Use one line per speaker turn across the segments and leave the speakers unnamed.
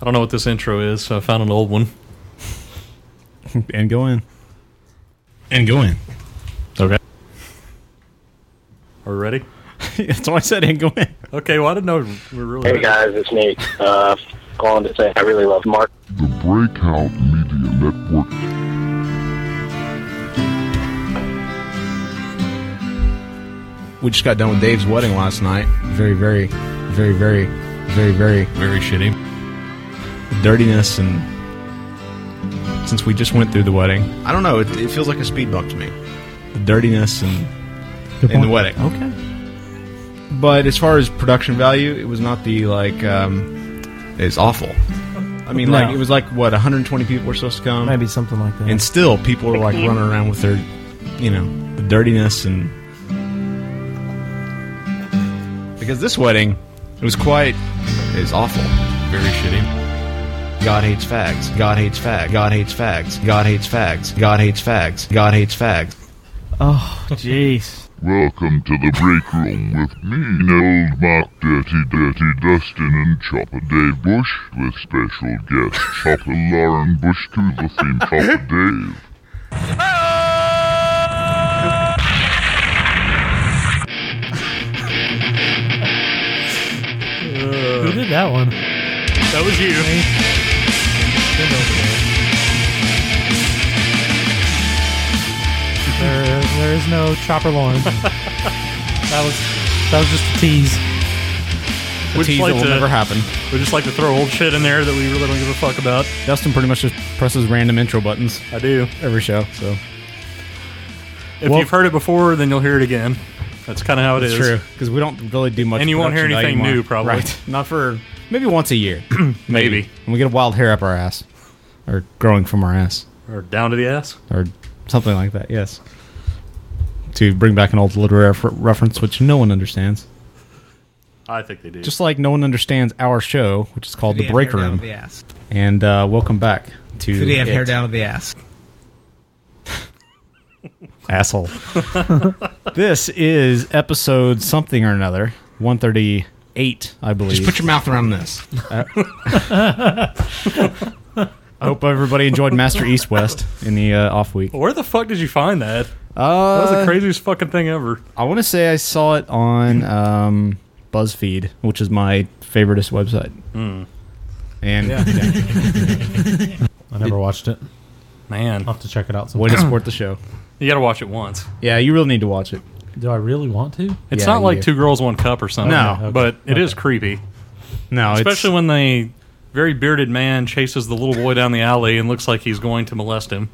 I don't know what this intro is, so I found an old one.
and go in. And go in.
Okay. Are we ready?
That's all I said. And go in.
Okay, well, I didn't know we were really
Hey
ready.
guys, it's Nate. Uh, calling to say I really love Mark.
The Breakout Media Network.
We just got done with Dave's wedding last night. Very, very, very, very, very, very
Very shitty.
dirtiness and since we just went through the wedding, I don't know. It, it feels like a speed bump to me. The dirtiness and in the wedding.
Okay.
But as far as production value, it was not the like. Um, it's awful. I mean, like
No.
it was like what 120 people were supposed to come,
Maybe something like that.
and still people were like running around with their, you know, the dirtiness and because this wedding, it was quite, is awful.
Very shitty.
God hates fags. God hates fags. God hates fags. God hates fags. God hates fags. God hates fags.
oh, jeez.
Welcome to the break room with me, Old Mark Dirty Dirty Dustin and Chopper Dave Bush, with special guest Chopper Lauren Bush to the theme Chopper Dave.
Who did that one?
That was you.
There, there is no Chopper Lauren. that was that was just a tease.
We'd just, like
will never
to,
happen.
we'd just like to throw old shit in there that we really don't give a fuck about.
Dustin pretty much just presses random intro buttons
I do.
every show. So
If
Well-
you've heard it before, then you'll hear it again. That's kind of how it
it's
is.
true because we don't really do much.
And you won't hear
production
anything
value
new,
anymore.
probably.
Right. Not for maybe once a year.
Maybe.
and we get a wild hair up our ass, or growing from our ass,
Or down to the ass.
or something like that. Yes. To bring back an old literary refer- reference, which no one understands.
I think they do.
Just like no one understands our show, which is called The Break Room. And uh, welcome back to
Did he have hair
it.
down to the ass?
asshole. this is episode something or another, 138, I believe.
Just put your mouth around this.
I hope everybody enjoyed Master East West in the uh, off week.
Where the fuck did you find that? That was the
Uh,
craziest fucking thing ever.
I want to say I saw it on um, BuzzFeed, which is my favoriteest website.
Hmm.
And
I never watched it.
Man,
I'll have to check it out.
way to
Sometime.
support the show.
you got to watch it once.
Yeah, you really need to watch it.
Do I really want to?
It's
Yeah,
not like
you-
Two Girls, One Cup or something.
No. Okay,
But it is
okay.
creepy.
No,
Especially
it's,
when the very bearded man chases the little boy down the alley and looks like he's going to molest him.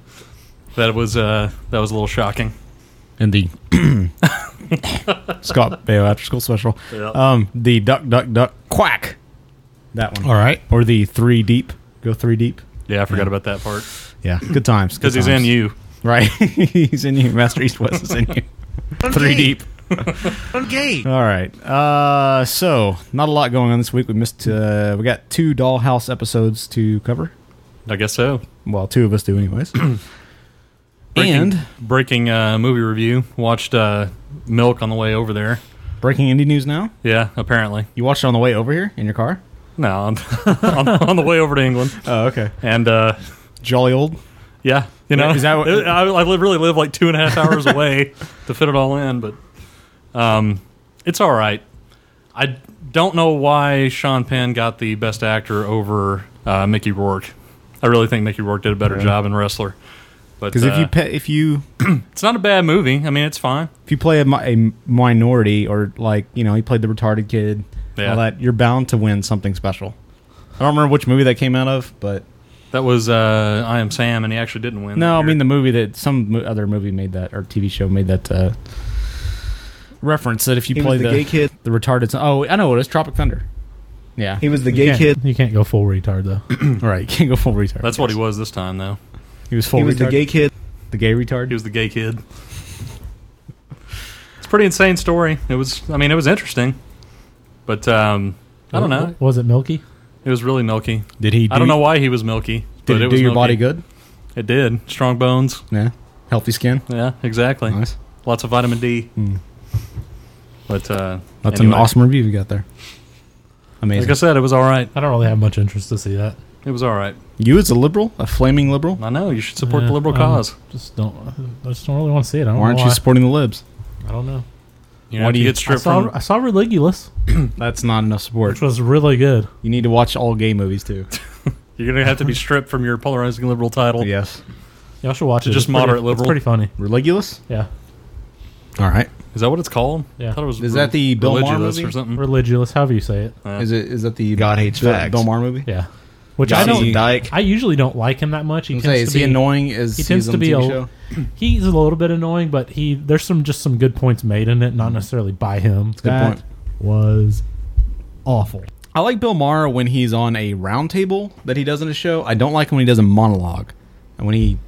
That was uh, that was a little shocking.
and the Scott Baio after school special.
Yeah.
Um, the duck, duck, duck, quack. That one.
All right.
Or the three deep. Go three deep.
Yeah, I forgot about that part
Yeah, good times.
because he's in you.
right? he's in you. Master East West is in you. Three deep.
Okay.
All right. Uh, so not a lot going on this week. We missed. Uh, we got two Dollhouse episodes to cover.
I guess so.
Well, two of us do, anyways.
Breaking,
and
breaking uh, movie review. Watched uh, Milk on the way over there.
breaking indie news now.
Yeah, apparently.
You watched it on the way over here in your car.
No, on, on, on the way over to England.
Oh, okay.
And uh,
Jolly old.
yeah, you know,
Is that what-
it- I, I live, really live like two and a half hours away to fit it all in, but um, it's all right. I don't know why Sean Penn got the best actor over uh, Mickey Rourke. I really think Mickey Rourke did a better job in Wrestler. But
Because if
uh,
you pe- if you
it's not a bad movie. I mean, it's fine.
if you play a, mi- a minority or like you know he played the retarded kid,
Yeah.
all that you're bound to win something special. I don't remember which movie that came out of, but
That was uh, I Am Sam, and he actually didn't win.
No,
that
I mean
year.
the movie that some mo- other movie made that or TV show made that uh, reference that if you
He
play
was the
the
gay kid.
the retarded. son- Oh, I know what it is. Tropic Thunder. Yeah,
He was the
You
gay
can't-
kid.
You can't go full retard though.
all right. You can't go full retard.
that's what he was this time, though.
He was full.
He was
retard.
the gay kid.
The gay retard.
He was the gay kid. It's a pretty insane story. It was, I mean, it was interesting, but um, I don't know.
Was it Milky?
It was really milky.
did he? Do,
I don't know why he was milky. but
Did it,
it
do
was
your
milky.
body good?
It did. Strong bones.
Yeah. Healthy skin.
Yeah, exactly.
Nice. Hmm.
Lots of vitamin D. But uh,
That's
anyway.
an awesome review you got there. Amazing.
Like I said, it was all right.
I don't really have much interest to see that.
It was all right.
you as a liberal, a flaming liberal,
I know you should support
Yeah,
the liberal
um,
cause.
Just don't. I just don't really want to see it. I don't
why aren't
know
you
why.
supporting the libs?
I don't know.
You
why
know, if
do
you
you-
get
I
stripped
saw,
from
I saw Religulous,
That's not enough support.
which was really good.
You need to watch all gay movies too.
You're gonna have to be stripped from your polarizing liberal title.
yes.
Y'all should watch it.
Just
It's pretty-
moderate liberal.
It's pretty funny.
Religulous?
Yeah.
All right.
Is that what it's called?
Yeah.
I thought it was.
Is that the Bill Maher
religious
movie?
or something?
Religulous, however you say it.
Is it is that the
God hates
Bill,
fags.
Bill Maher movie?
Yeah. Which
John
I don't.
C. Dyke.
I usually don't like him that much. He
I'm
tends
gonna say,
to
is
be
he annoying as
he tends
he's on the
to be
TV
a-
show?
He's a little bit annoying, but he there's some just some good points made in it, not necessarily by him.
Good
That
point.
was awful.
I like Bill Maher when he's on a roundtable that he does in a show. I don't like him when he does a monologue. And when he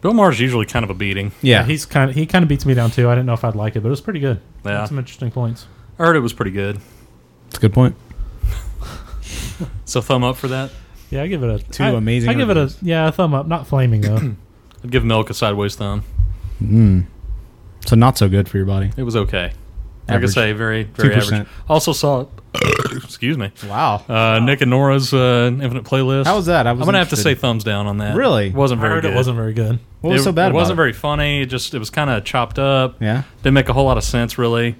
Bill Maher's usually kind of a beating.
Yeah,
He's kind of he kind of beats me down too. I didn't know if I'd like it, but it was pretty good.
Yeah.
Had some interesting points.
I heard it was pretty good.
that's a good point.
So thumb up for that.
Yeah, I give it a
Two
I-
amazing
I give
reviews.
it a yeah a thumb up. Not flaming though.
I'd give Milk a sideways thumb.
So not so good for your body.
It was okay. Like I
Average.
say, very very
2%.
average. Also saw. Excuse me.
Wow.
Uh, Nick and Nora's uh, Infinite Playlist.
How was that? I was
I'm gonna have to say
interested.
thumbs down on that.
Really?
it wasn't
I
very
heard
good.
it wasn't very good.
What was
It-
so bad
It
about
wasn't
it?
very funny. It just it was kind of chopped up.
Yeah.
didn't make a whole lot of sense really.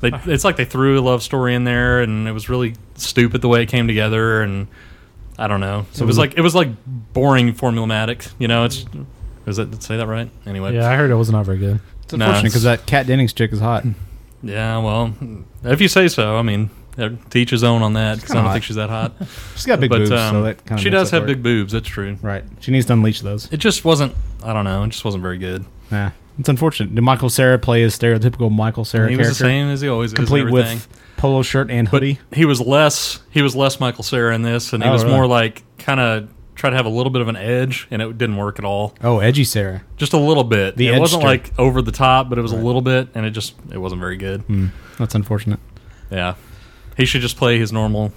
They, it's like they threw a love story in there, and it was really stupid the way it came together. And I don't know. So it was like it was like boring formulmatic. You know, it's is that did I say that right? Anyway,
Yeah, I heard it was not very good.
It's
Nah,
unfortunate because
it's-
that Kat Dennings chick is hot.
yeah. Well, if you say so. I mean, uh, to each his own on that because I
kinda
don't
hot.
think she's that hot.
She's got big
but
boobs,
um,
so that kind of
she does have big boobs. That's true.
Right. She needs to unleash those.
It just wasn't. I don't know. It just wasn't very good.
Nah. It's unfortunate. Did Michael Sarah play his stereotypical Michael Sarah
he was
character?
the same as he always is. and
Complete
everything.
with polo shirt and
but
hoodie.
he was less he was less Michael Sarah in this, and he
Oh,
was
really?
more like kind of try to have a little bit of an edge, and it didn't work at all.
oh, edgy Sarah.
Just a little bit.
The
it wasn't
edgester.
like over the top, but it was a little bit, and it just it wasn't very good.
Hmm. That's unfortunate.
Yeah, he should just play his normal,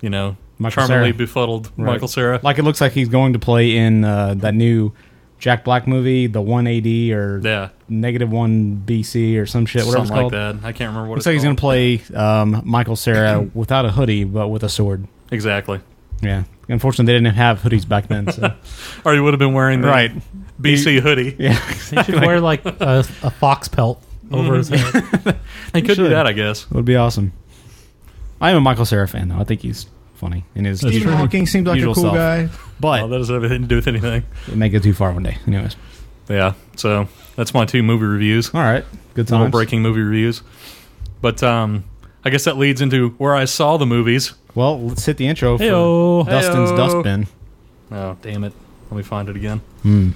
you know,
Michael
charmingly
Cera.
befuddled
Right.
Michael Sarah.
Like it looks like he's going to play in uh, that new Jack Black movie, the one AD or
yeah,
negative one BC or some shit. Whatever it's
something like
called.
that. I can't remember what it's
Looks like he's going
called.
to play um, Michael Sarah without a hoodie, but with a sword.
exactly.
Yeah. Unfortunately, they didn't have hoodies back then. So.
Or he would have been wearing the
right.
BC hoodie.
Yeah.
He should wear like a, a fox pelt over his head.
He could do
should.
that, I guess.
It would be awesome. I am a Michael Sarah fan, though. I think he's funny in his
Stephen
usual-
Hawking seems like a
usual
cool
self.
guy.
Oh,
but
that doesn't have anything to do with anything.
it may go too far one day. Anyways,
Yeah. So that's my two movie reviews.
all right, good
little
times.
breaking movie reviews. But um, I guess that leads into where I saw the movies.
Well, let's hit the intro for
Heyo.
Dustin's
Heyo.
dustbin.
Oh, damn it! Let me find it again.
Hmm.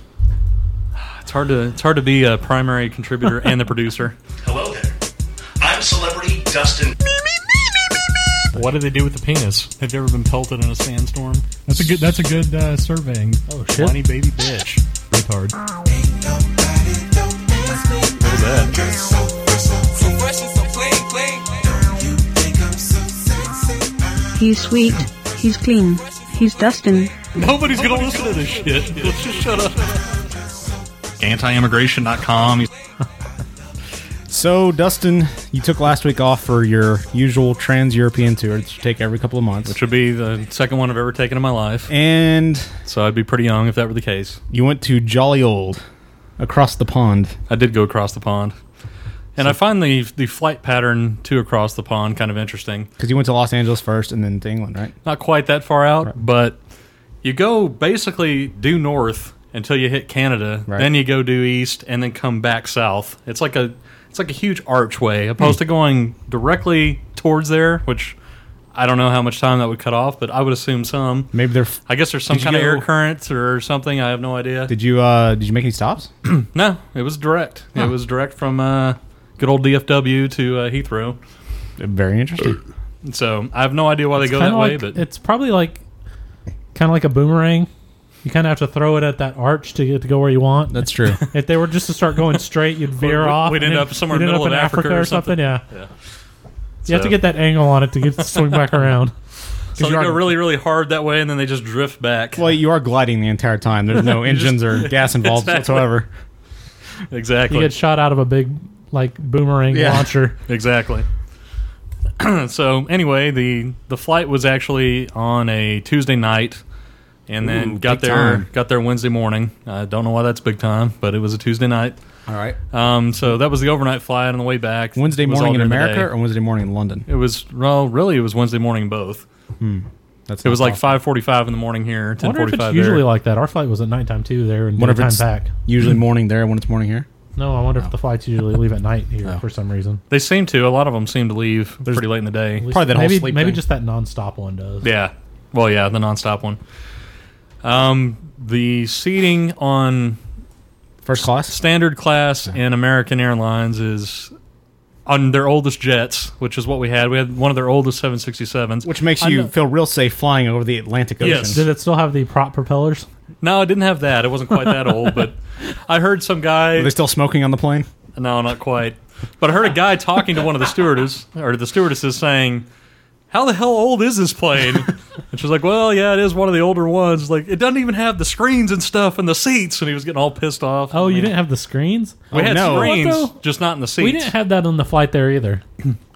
It's hard to it's hard to be a primary contributor and the producer.
Hello there. I'm celebrity Dustin.
What do they do with the penis? Have you ever been pelted in a sandstorm?
That's a good. That's a good uh, surveying.
Oh shit! Whiny baby bitch.
Retard.
He's sweet, he's clean, he's Dustin.
Nobody's gonna listen to this shit. Let's just shut up. Antiimmigration.com.
So, Dustin, you took last week off for your usual trans-European tour that you take every couple of months,
Which would be the second one I've ever taken in my life.
and
So I'd be pretty young if that were the case.
you went to jolly old across the pond.
I did go across the pond. And I find the the flight pattern to across the pond kind of interesting.
Because you went to Los Angeles first and then to England, right?
not quite that far out, but you go basically due north until you hit Canada,
Right.
then you go due east, and then come back south. It's like a it's like a huge archway,
Hmm.
opposed to going directly towards there, which I don't know how much time that would cut off, but I would assume some.
Maybe they're. F-
I guess there's some
Did you
kind of air
go-
currents or something. I have no idea.
did you uh did you make any stops?
no, it was direct. It was direct from uh, good old DFW to uh, Heathrow.
Very interesting.
So I have no idea why they go
Kinda
that way,
like,
but
it's probably like kind of like a boomerang. You kind of have to throw it at that arch to get to go where you want.
That's true.
if they were just to start going straight, you'd veer
We'd-
off.
we'd
and
end
then
up somewhere in
you'd
the
end
middle
up
of
in
Africa or something.
Yeah, you have
So-
to get that angle on it to get to swing back around.
So they
you are-
go really, really hard that way, and then they just drift back.
Well, you are gliding the entire time. There's no engines or gas involved
Exactly.
whatsoever.
exactly,
You get shot out of a big like boomerang
Yeah.
launcher.
exactly. so anyway, the the flight was actually on a Tuesday night, and then
Ooh,
got
big
there
time.
got there Wednesday morning. I don't know why that's big time, but it was a Tuesday night.
All right.
Um, so that was the overnight flight on the way back.
Wednesday
It was
morning
all
in
during the
America
day.
or Wednesday morning in London?
It was well, really, it was Wednesday morning both.
That's
It was like five forty-five in the morning here,
I
ten
wonder if it's
forty-five.
usually like that. Our flight was at nighttime too there and
Wonder if
time
it's-
back.
usually morning there when it's morning here.
No, I wonder if the flights usually leave at night here for some reason.
They seem to. A lot of them seem to leave pretty late in the day.
At least-
Probably that whole
maybe
sleep
maybe
thing.
just that nonstop one does.
Yeah. Well, yeah, the nonstop one. Um, the seating on
First class.
standard class in American Airlines is on their oldest jets, which is what we had. We had one of their oldest 767s.
Which makes
I
you
know-
feel real safe flying over the Atlantic Ocean.
Yes.
Did it still have the prop propellers?
No, I didn't have that. It wasn't quite that old, but I heard some guy.
Are they still smoking on the plane?
No, not quite. But I heard a guy talking to one of the stewardess or the stewardesses saying, "How the hell old is this plane?" And she was like, "Well, yeah, it is one of the older ones. Like, it doesn't even have the screens and stuff and the seats." And he was getting all pissed off.
Oh,
I
you
mean,
didn't have the screens?
We had
no.
screens,
What the-
just not in the seats.
We didn't have that on the flight there either.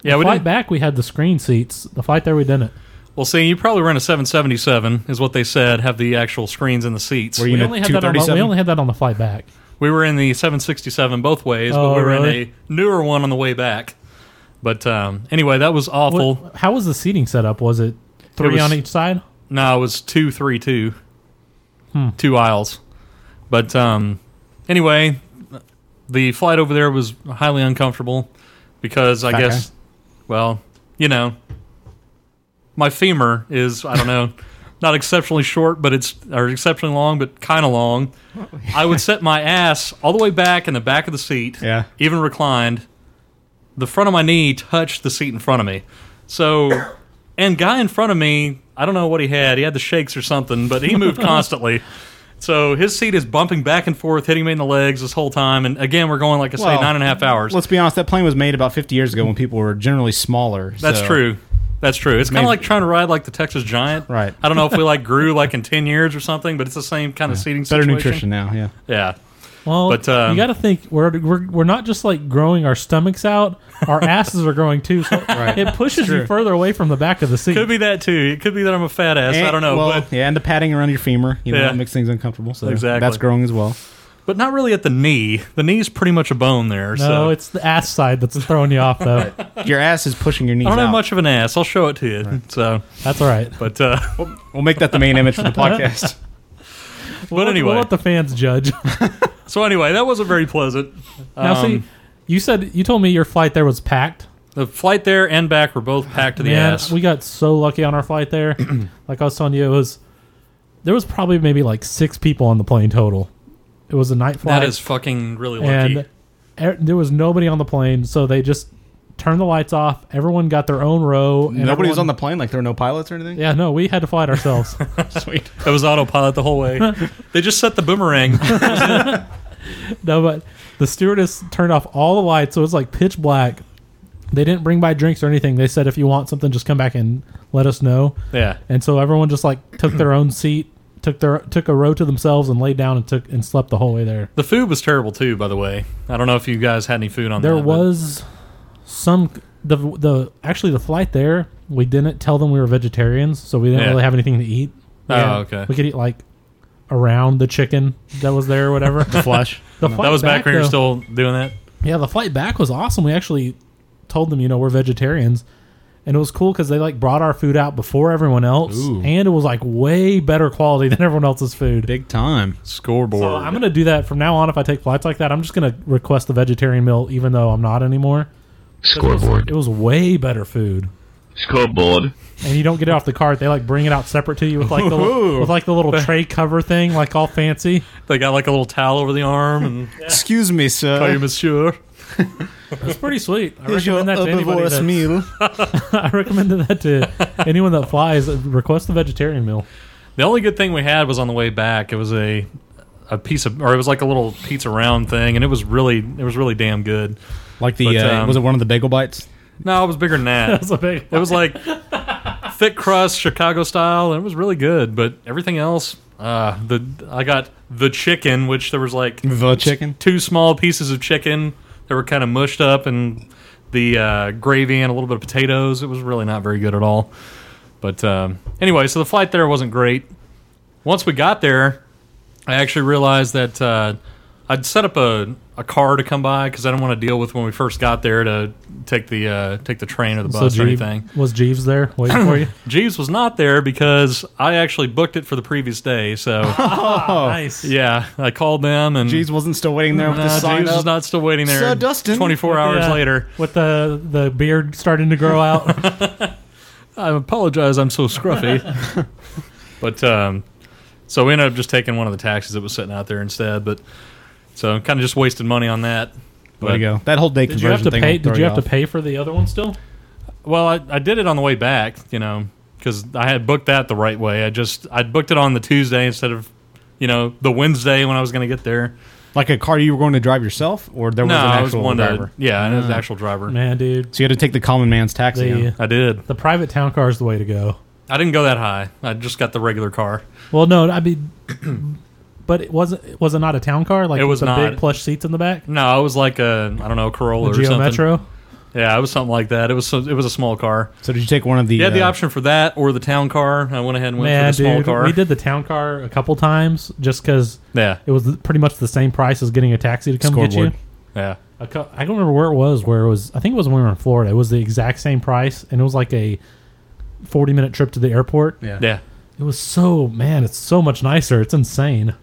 yeah, we
flight
didn't.
back we had the screen seats. The flight there we didn't.
Well, see, you probably were in a 777, is what they said. Have the actual screens in the seats.
Were you
We
in a
only had that on the,
237?
we only had that on the flight back.
We were in the 767 both ways, but
Oh,
we were in
really?
a newer one on the way back. But um, anyway, that was awful.
What, how was the seating set up? Was it three
was-
on each side?
No, it was two, three, two, two aisles. But um, anyway, the flight over there was highly uncomfortable because I
Fat
guess, well, you know, my femur is I don't know, not exceptionally short, but it's or exceptionally long, but kind of long. I would set my ass all the way back in the back of the seat,
Yeah.
even reclined. The front of my knee touched the seat in front of me, so and guy in front of me, I don't know what he had. He had the shakes or something, but he moved constantly. So his seat is bumping back and forth, hitting me in the legs this whole time. And again, we're going like I say,
Well,
nine and a half hours.
Let's be honest. That plane was made about 50 years ago when people were generally smaller.
That's
so-
true. That's true. It's kind of
Maybe-
like trying to ride like the Texas Giant.
Right.
I don't know if we like grew like in ten years or something, but it's the same kind of seating.
Better
situation.
nutrition now. Yeah.
Yeah.
Well,
But, um,
you got to think we're, we're we're not just like growing our stomachs out; our asses are growing too. So it pushes you further away from the back of the seat.
Could be that too. It could be that I'm a fat ass. I
And-
don't know.
well,
but
yeah, and the padding around your femur, you know,
Yeah.
it makes things uncomfortable. So
Exactly.
that's growing as well.
but not really at the knee. The knee's pretty much a bone there.
no,
so
it's the ass side that's throwing you off, though.
Your ass is pushing your knees
I don't
out.
have much of an ass. I'll show it to you. So,
That's all right.
but uh,
We'll make that the main image for the podcast.
We'll let-
anyway.
we'll let the fans judge.
so anyway, that wasn't very pleasant.
now,
Um,
see, you said you told me your flight there was packed.
The flight there and back were both packed to the
Man,
ass.
we got so lucky on our flight there. like I was telling you, it was there was probably maybe like six people on the plane total. It was a night flight.
that is fucking really lucky.
and er, there was nobody on the plane, so they just turned the lights off. Everyone got their own row. And
Nobody was on
everyone-
the plane, like there were no pilots or anything.
Yeah, no, we had to fly it ourselves.
Sweet.
It was autopilot the whole way. they just set the boomerang.
no, but the stewardess turned off all the lights, so it was like pitch black. They didn't bring by drinks or anything. They said if you want something, just come back and let us know.
yeah.
And so everyone just like took their own seat, took their took a row to themselves, and laid down and took and slept the whole way there.
The food was terrible too, by the way. I don't know if you guys had any food on
There
that, but-
was some the the actually the flight there. We didn't tell them we were vegetarians, so we didn't
Yeah.
really have anything to eat.
Oh,
Yeah.
okay.
We could eat like around the chicken that was there or whatever. the
Flush.
flight
that was back, when you were
though-
still doing that.
Yeah, the flight back was awesome. We actually told them, you know, we're vegetarians. And it was cool because they like brought our food out before everyone else, and it was like way better quality than everyone else's food.
Big time.
Scoreboard.
So I'm gonna do that from now on. If I take flights like that, I'm just gonna request the vegetarian meal, even though I'm not anymore. 'Cause
Scoreboard.
It was, it was way better food,
Scoreboard.
and you don't get it off the cart. They like bring it out separate to you with like the li- with like the little tray cover thing, like all fancy.
they got like a little towel over the arm and
Excuse me, sir.
call you monsieur.
It's pretty sweet. I
Here's your
recommend that to anybody.
herbivorous
that's-
meal.
I recommend that to anyone that flies. Request the vegetarian meal.
The only good thing we had was on the way back. It was a a piece of or it was like a little pizza round thing and it was really it was really damn good.
Like the
But,
uh,
um,
was it one of the bagel bites?
No, it was bigger than that.
That's a big.
It was like thick crust, Chicago style, and it was really good. But everything else, uh, the I got the chicken, which there was like
The chicken.
two small pieces of chicken that were kind of mushed up, and the uh, gravy and a little bit of potatoes. It was really not very good at all. But um, anyway, so the flight there wasn't great. Once we got there, I actually realized that uh, I'd set up a, a car to come by because I didn't want to deal with when we first got there to take the uh, take the train or the bus or
Jeeves-
anything.
was Jeeves there waiting for you?
Jeeves was not there because I actually booked it for the previous day. So
nice.
yeah, I called them and
Jeeves wasn't still waiting there with
No,
the sign
Jeeves
up.
is not still waiting there.
So, Dustin-
24 hours
Yeah,
later,
with the the beard starting to grow out.
I apologize, I'm so scruffy. but um, so we ended up just taking one of the taxis that was sitting out there instead. But so kind of just wasted money on that.
Way to go. That whole day
did you
conversion
have to
thing
pay?
will
Did
throw
you have to
off.
pay for the other one still?
Well, I, I did it on the way back, you know, because I had booked that the right way. I just I booked it on the Tuesday instead of you know the Wednesday when I was going to get there.
Like a car you were going to drive yourself, or there
no,
was an
I
actual
was one
driver. Uh-huh.
to yeah, and it was an actual driver.
Man, dude,
So you had to take the common man's taxi.
the uh,
huh?
I did.
the private town car is the way to go.
I didn't go that high. I just got the regular car.
Well, no, I mean, but it wasn't. Was it not a town car? Like
It was
with the
not.
big plush seats in the back.
No, it was like a I don't know Corolla
The
or
Geo
something.
Metro.
Yeah, it was something like that. It was so, it was a small car.
So did you take one of the?
You had the
uh,
option for that or the town car. I went ahead and went
Man,
for the small
dude,
car.
we did the town car a couple times just because
Yeah,
it was pretty much the same price as getting a taxi to come get
Scoreboard.
you.
yeah.
a cou- I don't remember where it was. Where it was, I think it was when we were in Florida. It was the exact same price, and it was like a forty-minute trip to the airport.
Yeah.
Yeah.
It was so man, it's so much nicer. It's insane.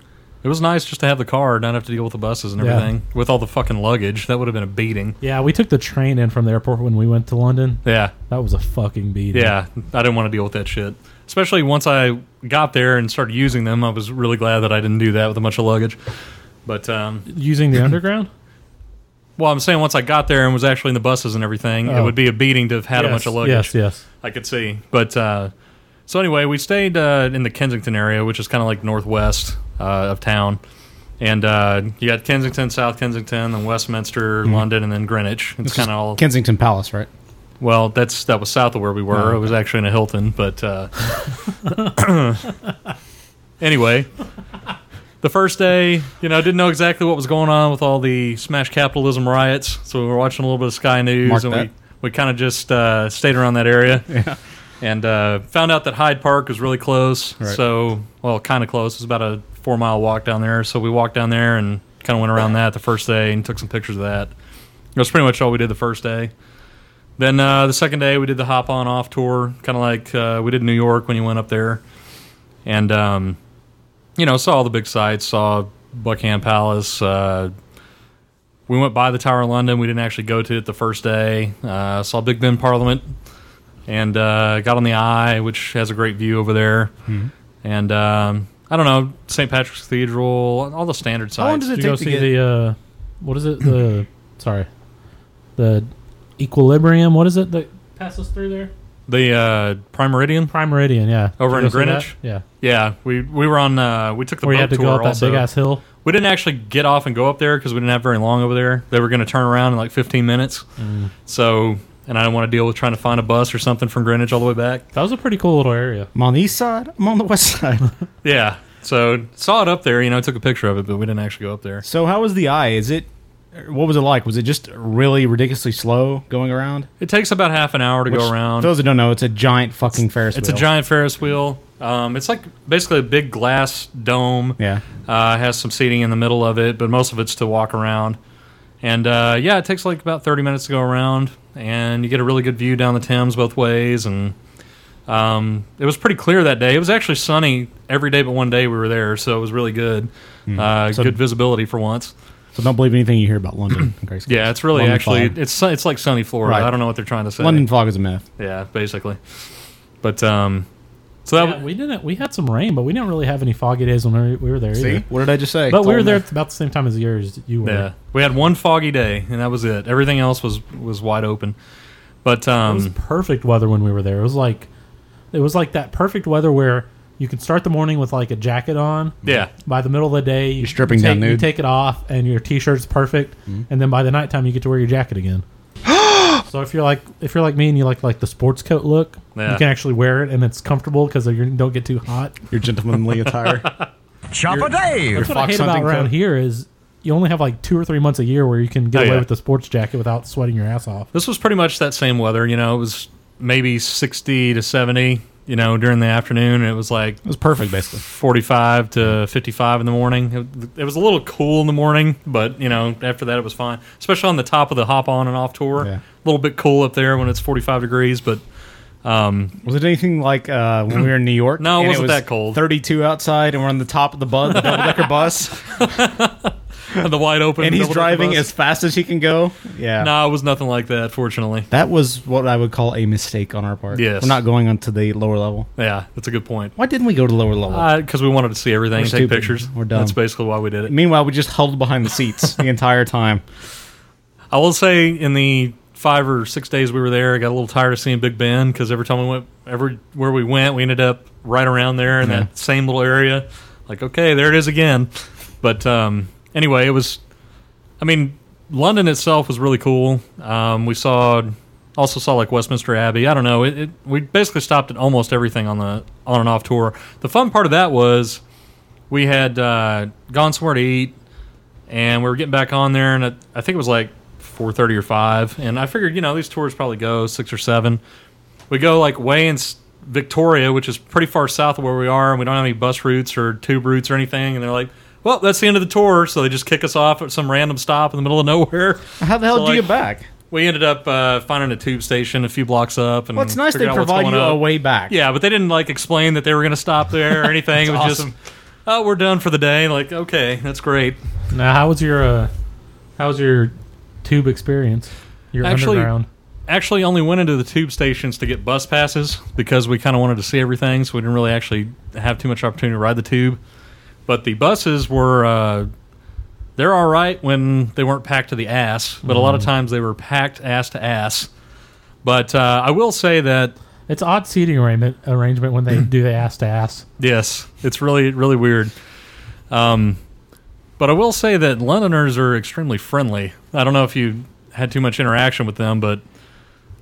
It was nice just to have the car, not have to deal with the buses and
Yeah.
everything, with all the fucking luggage. That would have been a beating.
Yeah, we took the train in from the airport when we went to London.
Yeah,
That was a fucking beat.
yeah. I didn't want to deal with that shit. Especially once I got there and started using them, I was really glad that I didn't do that with a bunch of luggage. But um,
using the underground.
well, I'm saying once I got there and was actually in the buses and everything, it
Oh.
would be a beating to have had a bunch of luggage.
Yes, yes.
I could see. But uh, so anyway, we stayed uh, in the Kensington area, which is kind of like northwest uh, of town. And uh, you got Kensington, South Kensington, then Westminster,
Mm-hmm.
London, and then Greenwich. It's kind of all
Kensington Palace, right?
well. That's that was south of where we were.
Oh,
It was actually in a Hilton, but uh, anyway, the first day, you know, didn't know exactly what was going on with all the smash capitalism riots. So we were watching a little bit of Sky News,
Mark
and
that.
we we kind of just uh, stayed around that area. Yeah. And uh, found out that Hyde Park was really close.
Right.
So, well, kind of close. It was about a four mile walk down there. So we walked down there and kind of went around that the first day and took some pictures of that. That's pretty much all we did the first day. Then uh, the second day, we did the hop on off tour, kind of like uh, we did New York when you went up there. And, um, you know, saw all the big sights, saw Buckingham Palace. Uh, we went by the Tower of London. We didn't actually go to it the first day. Uh, saw Big Ben Parliament and uh, got on the Eye, which has a great view over there.
Mm-hmm.
And, um, I don't know, St. Patrick's Cathedral, all the standard sites.
How long does it
Did
take
you go
to
see
get-
the uh, what is it? The sorry, the equilibrium. What is it that passes through there?
The uh, Prime Meridian?
Prime Meridian. Yeah,
Over
Did you
in
go see
Greenwich?
that? Yeah,
Yeah, we we were on. Uh, we took the
where you
boat
had to
tour.
go up that
also,
big ass hill.
we didn't actually get off and go up there because we didn't have very long over there. They were going to turn around in like 15 minutes. So, and I didn't want to deal with trying to find a bus or something from Greenwich all the way back.
That was a pretty cool little area.
I'm on the east side. I'm on the west side.
Yeah, so saw it up there. You know, took a picture of it, but we didn't actually go up there.
so how was the eye? Is it? What was it like? Was it just really ridiculously slow going around?
It takes about half an hour to
Which,
go around.
For those that don't know, it's a giant fucking Ferris
it's
wheel.
a giant Ferris wheel. Um, it's like basically a big glass dome.
Yeah.
Uh, it has some seating in the middle of it, but most of it's to walk around. And uh, yeah, it takes like about 30 minutes to go around, and you get a really good view down the Thames both ways. And um, it was pretty clear that day. It was actually sunny every day but one day we were there, so it was really good. Uh,
Hmm. So-
good visibility for once.
So don't believe anything you hear about London. in Grace Case.
Yeah, it's really
London
actually
fog.
it's it's like sunny Florida.
Right.
I don't know what they're trying to say.
London fog is a myth.
Yeah, basically. But um, so that
Yeah, we didn't. We had some rain, but we didn't really have any foggy days when we- we were there. Either.
What did I just say?
But we were there at about the same time as yours. You were.
Yeah, we had one foggy day, and that was it. Everything else was was wide open. But
It was
um,
perfect weather when we were there. It was like, it was like that perfect weather where you can start the morning with like a jacket on.
yeah,
By the middle of the day, you,
stripping
you take,
down
You
nude. Mm-hmm.
take it off, and your t-shirt's perfect. And then by the nighttime, you get to wear your jacket again. so if you're like if you're like me and you like like the sports coat look,
Yeah.
you can actually wear it and it's comfortable because you don't get too hot.
Your gentlemanly attire.
Chopper Dave.
That's what I
fox
hate about
hunting
around
coat.
here is you only have like two or three months a year where you can get
Oh,
away
yeah.
with the sports jacket without sweating your ass off.
This was pretty much that same weather. You know, it was maybe 60 to 70, you know, during the afternoon. And it was like
It was perfect, basically.
45 to 55 in the morning. It, it was a little cool in the morning, but, you know, after that it was fine. Especially on the top of the hop on and off tour.
Yeah.
A little bit cool up there when it's 45 degrees, but um,
Was it anything like uh, when we were in New York?
No, it
and
wasn't
was
that cold.
Thirty-two outside, and we're on the top of the bus, the double-decker bus,
the wide open.
and he's
double-decker
driving
bus-
as fast as he can go. Yeah,
No, it was nothing like that, fortunately.
that was what I would call a mistake on our part.
Yes.
we're not going onto the lower level.
Yeah, that's a good point.
Why didn't we go to lower level?
Because we wanted to see everything,
We're
take
stupid.
pictures.
We're dumb.
That's basically why we did it.
Meanwhile, we just huddled behind the seats the entire time.
I will say in the five or six days we were there, I got a little tired of seeing Big Ben because every time we went, everywhere we went, we ended up right around there in
Yeah.
that same little area. Like, okay, there it is again. But um, anyway, it was. I mean, London itself was really cool. Um, we saw, also saw like Westminster Abbey. I don't know. It, it, we basically stopped at almost everything on the on and off tour. The fun part of that was we had uh, gone somewhere to eat and we were getting back on there, and it, I think it was like four thirty or five. And I figured, you know, these tours probably go six or seven. We go like way in S- Victoria, which is pretty far south of where we are, and we don't have any bus routes or tube routes or anything. And they're like, "Well, that's the end of the tour," so they just kick us off at some random stop in the middle of nowhere.
How the hell
So,
do you
like,
get back?
We ended up uh, finding a tube station a few blocks up, and
Well, it's nice they
figured out what's
provide
going
you
up.
a way back.
Yeah, but they didn't like explain that they were going to stop there or anything. it was
awesome.
just, "Oh, we're done for the day." Like, okay, that's great.
Now, how was your uh, how was your tube experience? Your
Actually-
underground.
actually only went into the tube stations to get bus passes because we kind of wanted to see everything, so we didn't really actually have too much opportunity to ride the tube. But the buses were uh, they're all right when they weren't packed to the ass, but a lot of times they were packed ass to ass. But uh, I will say that
It's odd seating arrangement, arrangement when they do the ass to ass.
Yes, it's really really weird. Um, but I will say that Londoners are extremely friendly. I don't know if you had too much interaction with them, but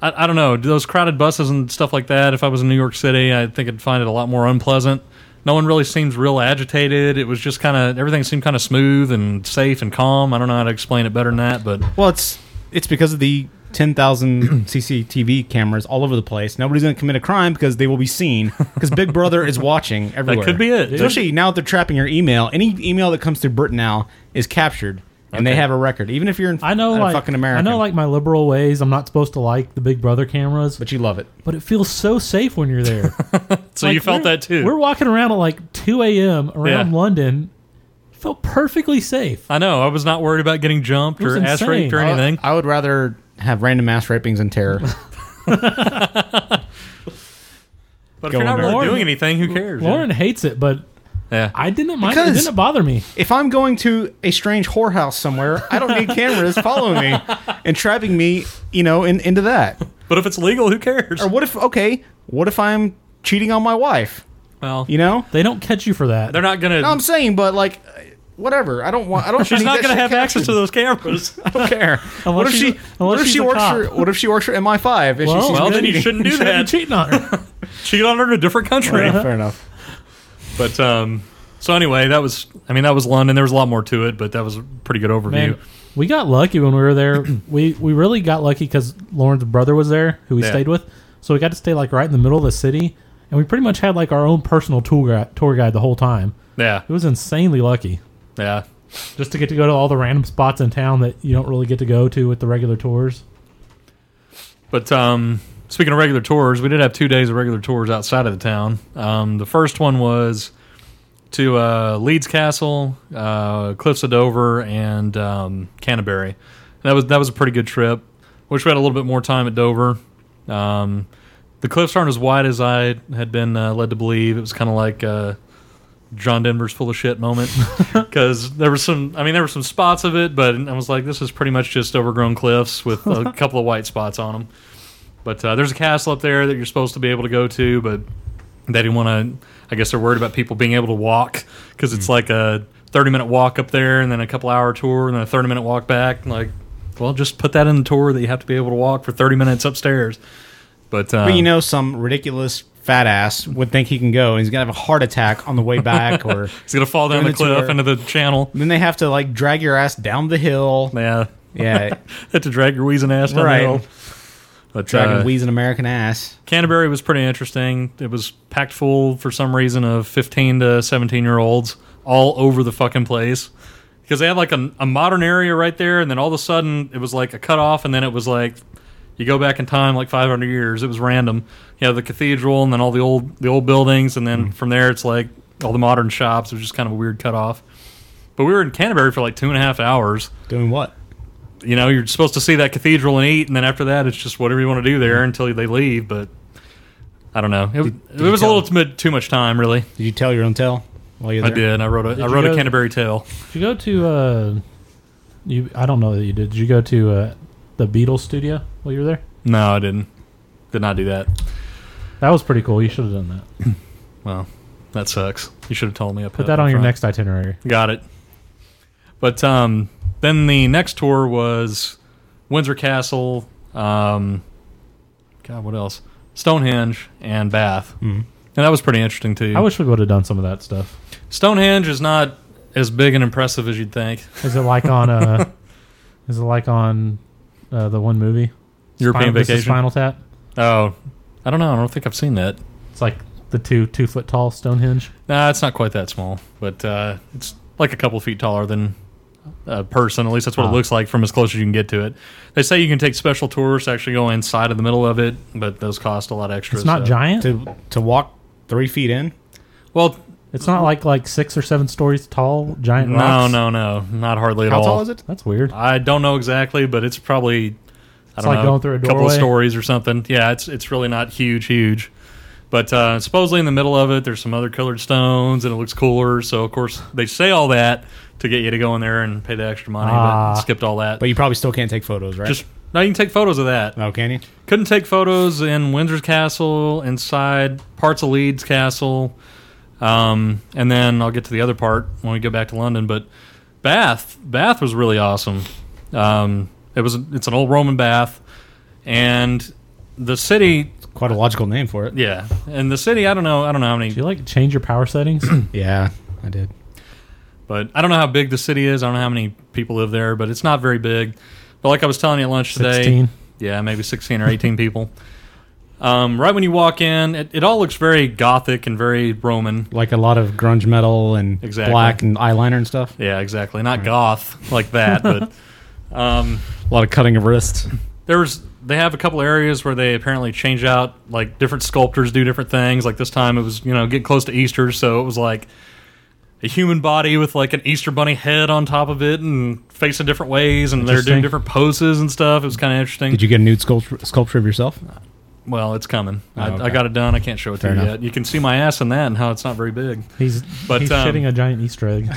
I, I don't know those crowded buses and stuff like that. If I was in New York City, I think I'd find it a lot more unpleasant. No one really seems real agitated. It was just kind of everything seemed kind of smooth and safe and calm. I don't know how to explain it better than that, but
Well, it's it's because of the ten thousand CCTV cameras all over the place. Nobody's going to commit a crime because they will be seen because Big Brother is watching everywhere.
could be it.
Especially now that they're trapping your email. Any email that comes through Britain now is captured, and they have a record. Even if you're in
I know,
a
like
fucking America,
I know, like my liberal ways. I'm not supposed to like the Big Brother cameras, but,
but you love it.
it feels so safe when you're there.
so you felt that too.
We're walking around at like 2 a.m. around
Yeah.
London. Felt perfectly safe.
I know. I was not worried about getting jumped
It was
or ass
insane.
raped or
I-
anything.
I would rather have random mass rapings and terror.
but if you're
going
not really
there.
doing anything, who cares?
Lauren hates it, but
Yeah.
I didn't mind. it
Because-
didn't bother me.
if I'm going to a strange whorehouse somewhere, I don't need cameras following me and trapping me, you know, in, into that.
But if it's legal, who cares?
Or what if okay, what if I'm cheating on my wife?
Well,
You know?
They don't catch you for that.
they're not gonna.
No, I'm saying, but like whatever. I don't want I don't
she's
need
not
that
gonna
shit
have access to
captured.
those cameras.
I don't care. what if
she's-
she what
unless
if she
she's a
works
cop.
for what if she works for MI5 and
Well,
she sees
well,
me
then you
cheating?
shouldn't do
Shouldn't be
that.
cheating on her.
Cheat on her in a different country.
Fair enough.
But um, so anyway, that was. I mean, that was London. There was a lot more to it, but that was a pretty good overview.
Man, we got lucky when we were there. we we really got lucky because Lauren's brother was there, who we
Yeah.
stayed with. So we got to stay like right in the middle of the city, and we pretty much had like our own personal tour guide, tour guide the whole time.
Yeah,
It was insanely lucky
yeah.
just to get to go to all the random spots in town that you don't really get to go to with the regular tours.
But um, speaking of regular tours, we did have two days of regular tours outside of the town. Um, the first one was to uh, Leeds Castle, uh, Cliffs of Dover, and um, Canterbury. That was that was a pretty good trip. Wish we had a little bit more time at Dover. Um, the cliffs aren't as wide as I had been uh, led to believe. It was kind of like uh, John Denver's full of shit moment because there were some. I mean, there were some spots of it, but I was like, this is pretty much just overgrown cliffs with a couple of white spots on them. But uh, there's a castle up there that you're supposed to be able to go to, but they didn't want to. I guess they're worried about people being able to walk because it's like a 30 minute walk up there and then a couple hour tour and then a 30 minute walk back. And like, well, just put that in the tour that you have to be able to walk for 30 minutes upstairs. But, uh,
But you know, some ridiculous fat ass would think he can go, and he's gonna have a heart attack on the way back, or
he's gonna fall down the
during
cliff
tour.
into the channel.
Then they have to like drag your ass down the hill.
Yeah,
Yeah,
had to drag your wheezing ass down
Right.
the hill. But
dragging
uh,
wheezing American ass.
Canterbury was pretty interesting. It was packed full for some reason of 15 to 17 year olds all over the fucking place because they had like a, a modern area right there, and then all of a sudden it was like a cutoff, and then it was like you go back in time like 500 years. It was random. You know, the cathedral, and then all the old the old buildings, and then from there it's like all the modern shops. It was just kind of a weird cutoff. But we were in Canterbury for like two and a half hours
Doing what?
you know, you're supposed to see that cathedral and eat, and then after that, it's just whatever you want to do
Mm-hmm.
there until they leave. But I don't know. It, it was a little bit too much time, really.
Did you tell your own tale while you're
I
there?
did. I wrote a I
you
wrote a
go-
Canterbury tale.
Did you go to uh, you? I don't know that you did. Did you go to uh, the Beatles studio while you were there?
No, I didn't. Did not do that.
That was pretty cool. You should have done that.
Well, that sucks. You should have told me. I
Put that on your next itinerary.
Got it. But um, then the next tour was Windsor Castle. Um, God, what else? Stonehenge and Bath,
Mm-hmm.
mm. and that was pretty interesting too.
I wish we would have done some of that stuff.
Stonehenge is not as big and impressive as you'd think.
Is it like on uh, is it like on uh, the one movie
European
Spinal, this is
Vacation.
Spinal Tap?
Oh, I don't know. I don't think I've seen that.
It's like the two two foot tall Stonehenge.
Nah, it's not quite that small, but uh, it's like a couple feet taller than a person. At least that's what it looks like from as close as you can get to it. They say you can take special tours to actually go inside of the middle of it, but those cost a lot extra.
It's not
so-
giant.
To to walk three feet in.
Well,
It's not like like six or seven stories tall giant
no,
rocks.
no, no, not hardly at
How
all.
tall is it?
that's weird.
I don't know exactly, but it's probably I
It's
don't
like
know,
going through a
couple of
doorway.
stories or something. Yeah, it's it's really not huge, huge. But uh, supposedly in the middle of it, there's some other colored stones, and it looks cooler. So of course they say all that to get you to go in there and pay the extra money,
Ah.
but skipped all that.
But you probably still can't take photos, right?
Just now you can take photos of that.
oh, can you?
Couldn't take photos in Windsor's Castle, inside parts of Leeds Castle, um, and then I'll get to the other part when we go back to London. But Bath, Bath was really awesome. Um, it was it's an old Roman bath, and the city,
Quite a logical name for it.
yeah, and the city. I don't know, I don't know how many
Do you like change your power settings?
Yeah, I did.
But I don't know how big the city is. I don't know how many people live there, but it's not very big. But like I was telling you at lunch today,
16?
yeah, maybe 16 or 18 people. Um, right when you walk in, it, it all looks very gothic and very Roman.
Like a lot of grunge metal and
Exactly.
black and eyeliner and stuff.
Yeah, exactly. Not goth like that, but um,
A lot of cutting of wrists.
there was they have a couple areas where they apparently change out like different sculptors do different things like this time it was you know getting close to easter so it was like a human body with like an easter bunny head on top of it and facing different ways and they're doing
Interesting.
different poses and stuff it was kind of interesting
Did you get a nude sculpture, sculpture of yourself?
well it's coming I,
Oh, okay.
I got it done i can't show it
Fair
to you
enough.
yet you can see my ass in that and how it's not very big
He's
But,
he's
um,
shitting a giant Easter egg.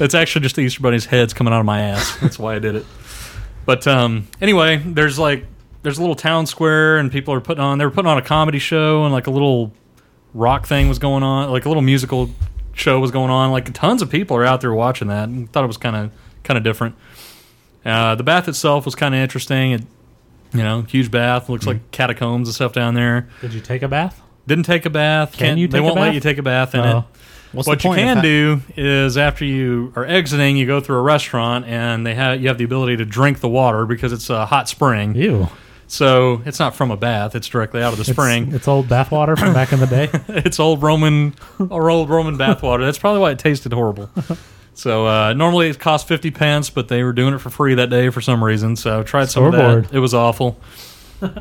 It's actually just the Easter Bunny's heads coming out of my ass. That's why I did it. But um, anyway, there's like there's a little town square, and people are putting on they were putting on a comedy show, and like a little rock thing was going on, like a little musical show was going on. Like tons of people are out there watching that, and thought it was kind of kind of different. Uh, the bath itself was kind of interesting. It, you know, huge bath
Hmm.
looks like catacombs and stuff down there.
Did you take a bath?
Didn't take a bath.
Can
Can't-
you
they
take a
won't let
bath?
you take a bath in
Oh.
it what you can do is after you are exiting, you go through a restaurant and they have you have the ability to drink the water because it's a hot spring.
Ew.
So it's not from a bath; it's directly out of the spring.
It's, it's old bathwater from back in the day.
It's, old Roman or old Roman bath water. That's probably why it tasted horrible. So uh, normally it costs fifty pence, but they were doing it for free that day for some reason. So I tried some
Scoreboard.
of that. It was awful,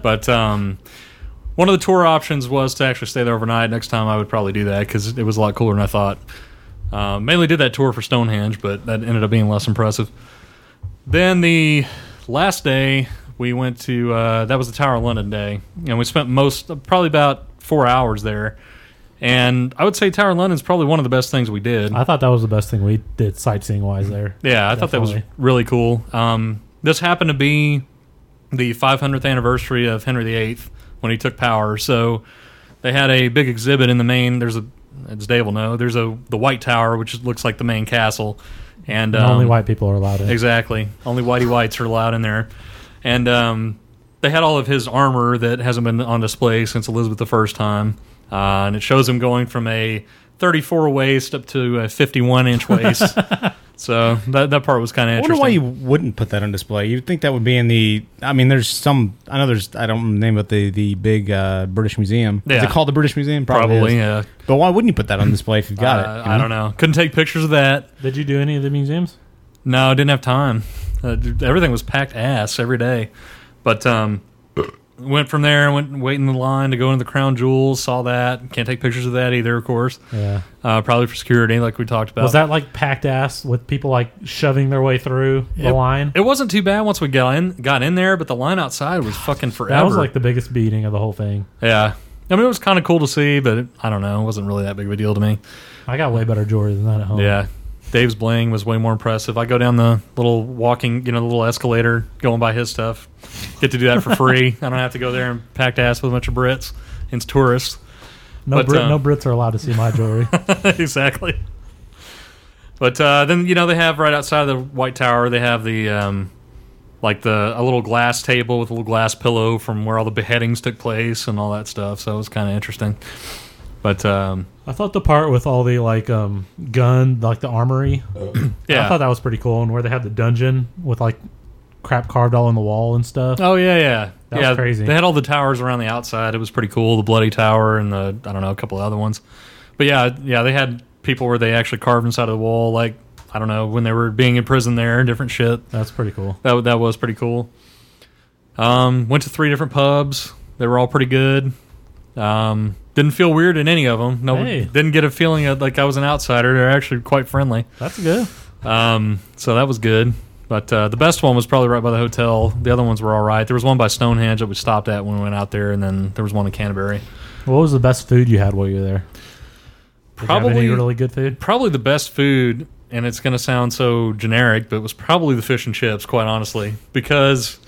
but. Um, one of the tour options was to actually stay there overnight. Next time, I would probably do that because it was a lot cooler than I thought. Um, mainly did that tour for Stonehenge, but that ended up being less impressive. Then the last day, we went to uh, that was the Tower of London day, and we spent most probably about four hours there. And I would say Tower of London is probably one of the best things we did.
I thought that was the best thing we did sightseeing wise there.
Yeah, I thought that was
Definitely.
really cool. Um, this happened to be the 500th anniversary of Henry VIII when he took power. So they had a big exhibit in the main. There's a, as Dave will know, there's a the White Tower, which looks like the main castle, and
And only
um,
white people are allowed in.
Exactly. Only whitey whites are allowed in there. And um, they had all of his armor that hasn't been on display since Elizabeth the first time, uh, and it shows him going from a 34 waist up to a 51 inch waist. so that that part was kind of
I
interesting.
wonder why you wouldn't put that on display. You'd think that would be in the. I mean, there's some. I know there's. I don't remember the name, but the the big uh, British Museum. Is
Yeah.
it called the British Museum?
Probably,
is.
yeah.
But why wouldn't you put that on display if you've got
Uh,
it?
I don't know. Couldn't take pictures of that.
Did you do any of the museums?
No, I didn't have time. Uh, d- everything was packed ass every day. But um, went from there and went waiting in the line to go into the Crown Jewels. Saw that. Can't take pictures of that either, of course.
Yeah.
Uh, probably for security, like we talked about.
Was that like packed ass with people like shoving their way through the
It-
line?
It wasn't too bad once we got in, got in there, but the line outside was fucking forever.
That was like the biggest beating of the whole thing.
yeah. I mean, it was kind of cool to see, but it, I don't know. It wasn't really that big of a deal to me.
I got way better jewelry than that at home.
Yeah. Dave's bling was way more impressive. I go down the little walking, you know, the little escalator, going by his stuff. Get to do that for free. I don't have to go there and packed ass with a bunch of Brits and tourists.
No,
But,
Brit-
uh,
no Brits are allowed to see my jewelry.
exactly. But uh, then you know they have right outside the White Tower they have the um, like the a little glass table with a little glass pillow from where all the beheadings took place and all that stuff. So it was kind of interesting. But um,
I thought the part with all the like um gun, like the armory.
Yeah.
I thought that was pretty cool, and where they had the dungeon with like crap carved all in the wall and stuff.
oh yeah, yeah,
That
yeah,
was crazy.
They had all the towers around the outside. It was pretty cool. The Bloody Tower and the I don't know a couple of other ones. But yeah, yeah, they had people where they actually carved inside of the wall, like I don't know when they were being in prison there, different shit.
That's pretty cool.
that that was pretty cool. Um, went to three different pubs. They were all pretty good. Um, didn't feel weird in any of them. No,
Hey.
didn't get a feeling of, like I was an outsider. They're actually quite friendly.
That's good.
Um, so that was good. But uh, the best one was probably right by the hotel. The other ones were all right. There was one by Stonehenge that we stopped at when we went out there, and then there was one in Canterbury.
What was the best food you had while you were there? Did you have any
Probably
really good food.
probably the best food, and it's going to sound so generic, but it was probably the fish and chips, quite honestly, because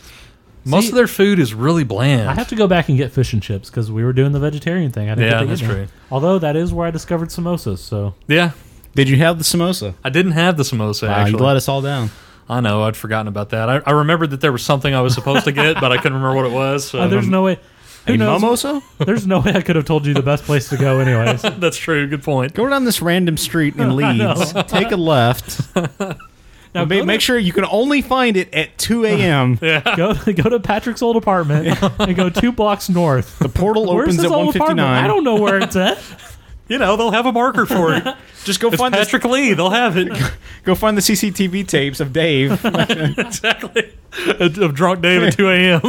most
See-
of their food is really bland.
I have to go back and get fish and chips because we were doing the vegetarian thing. I didn't
Yeah,
get to
that's
get
true.
any. Although that is where I discovered samosas. So
Yeah,
Did you have the samosa?
I didn't have the samosa
Wow, you
actually.
let us all down.
I know I'd forgotten about that. I, I remembered that there was something I was supposed to get, but I couldn't remember what it was. So
Uh, there's no way. Who
Hey,
knows?
mimosa?
There's no way I could have told you the best place to go, anyways.
That's true. Good point.
Go down this random street in Leeds. take a left.
Now
Ma-
go to-
make sure you can only find it at 2 a.m.
go go to Patrick's old apartment and go two blocks north.
The portal
Where's
opens
his
at
old apartment?
159.
I don't know where it's at.
You know they'll have a marker for it.
Just go
It's
find
Patrick Lee. They'll have it
the go find the CCTV tapes of Dave.
exactly. Of drunk Dave at two a.m.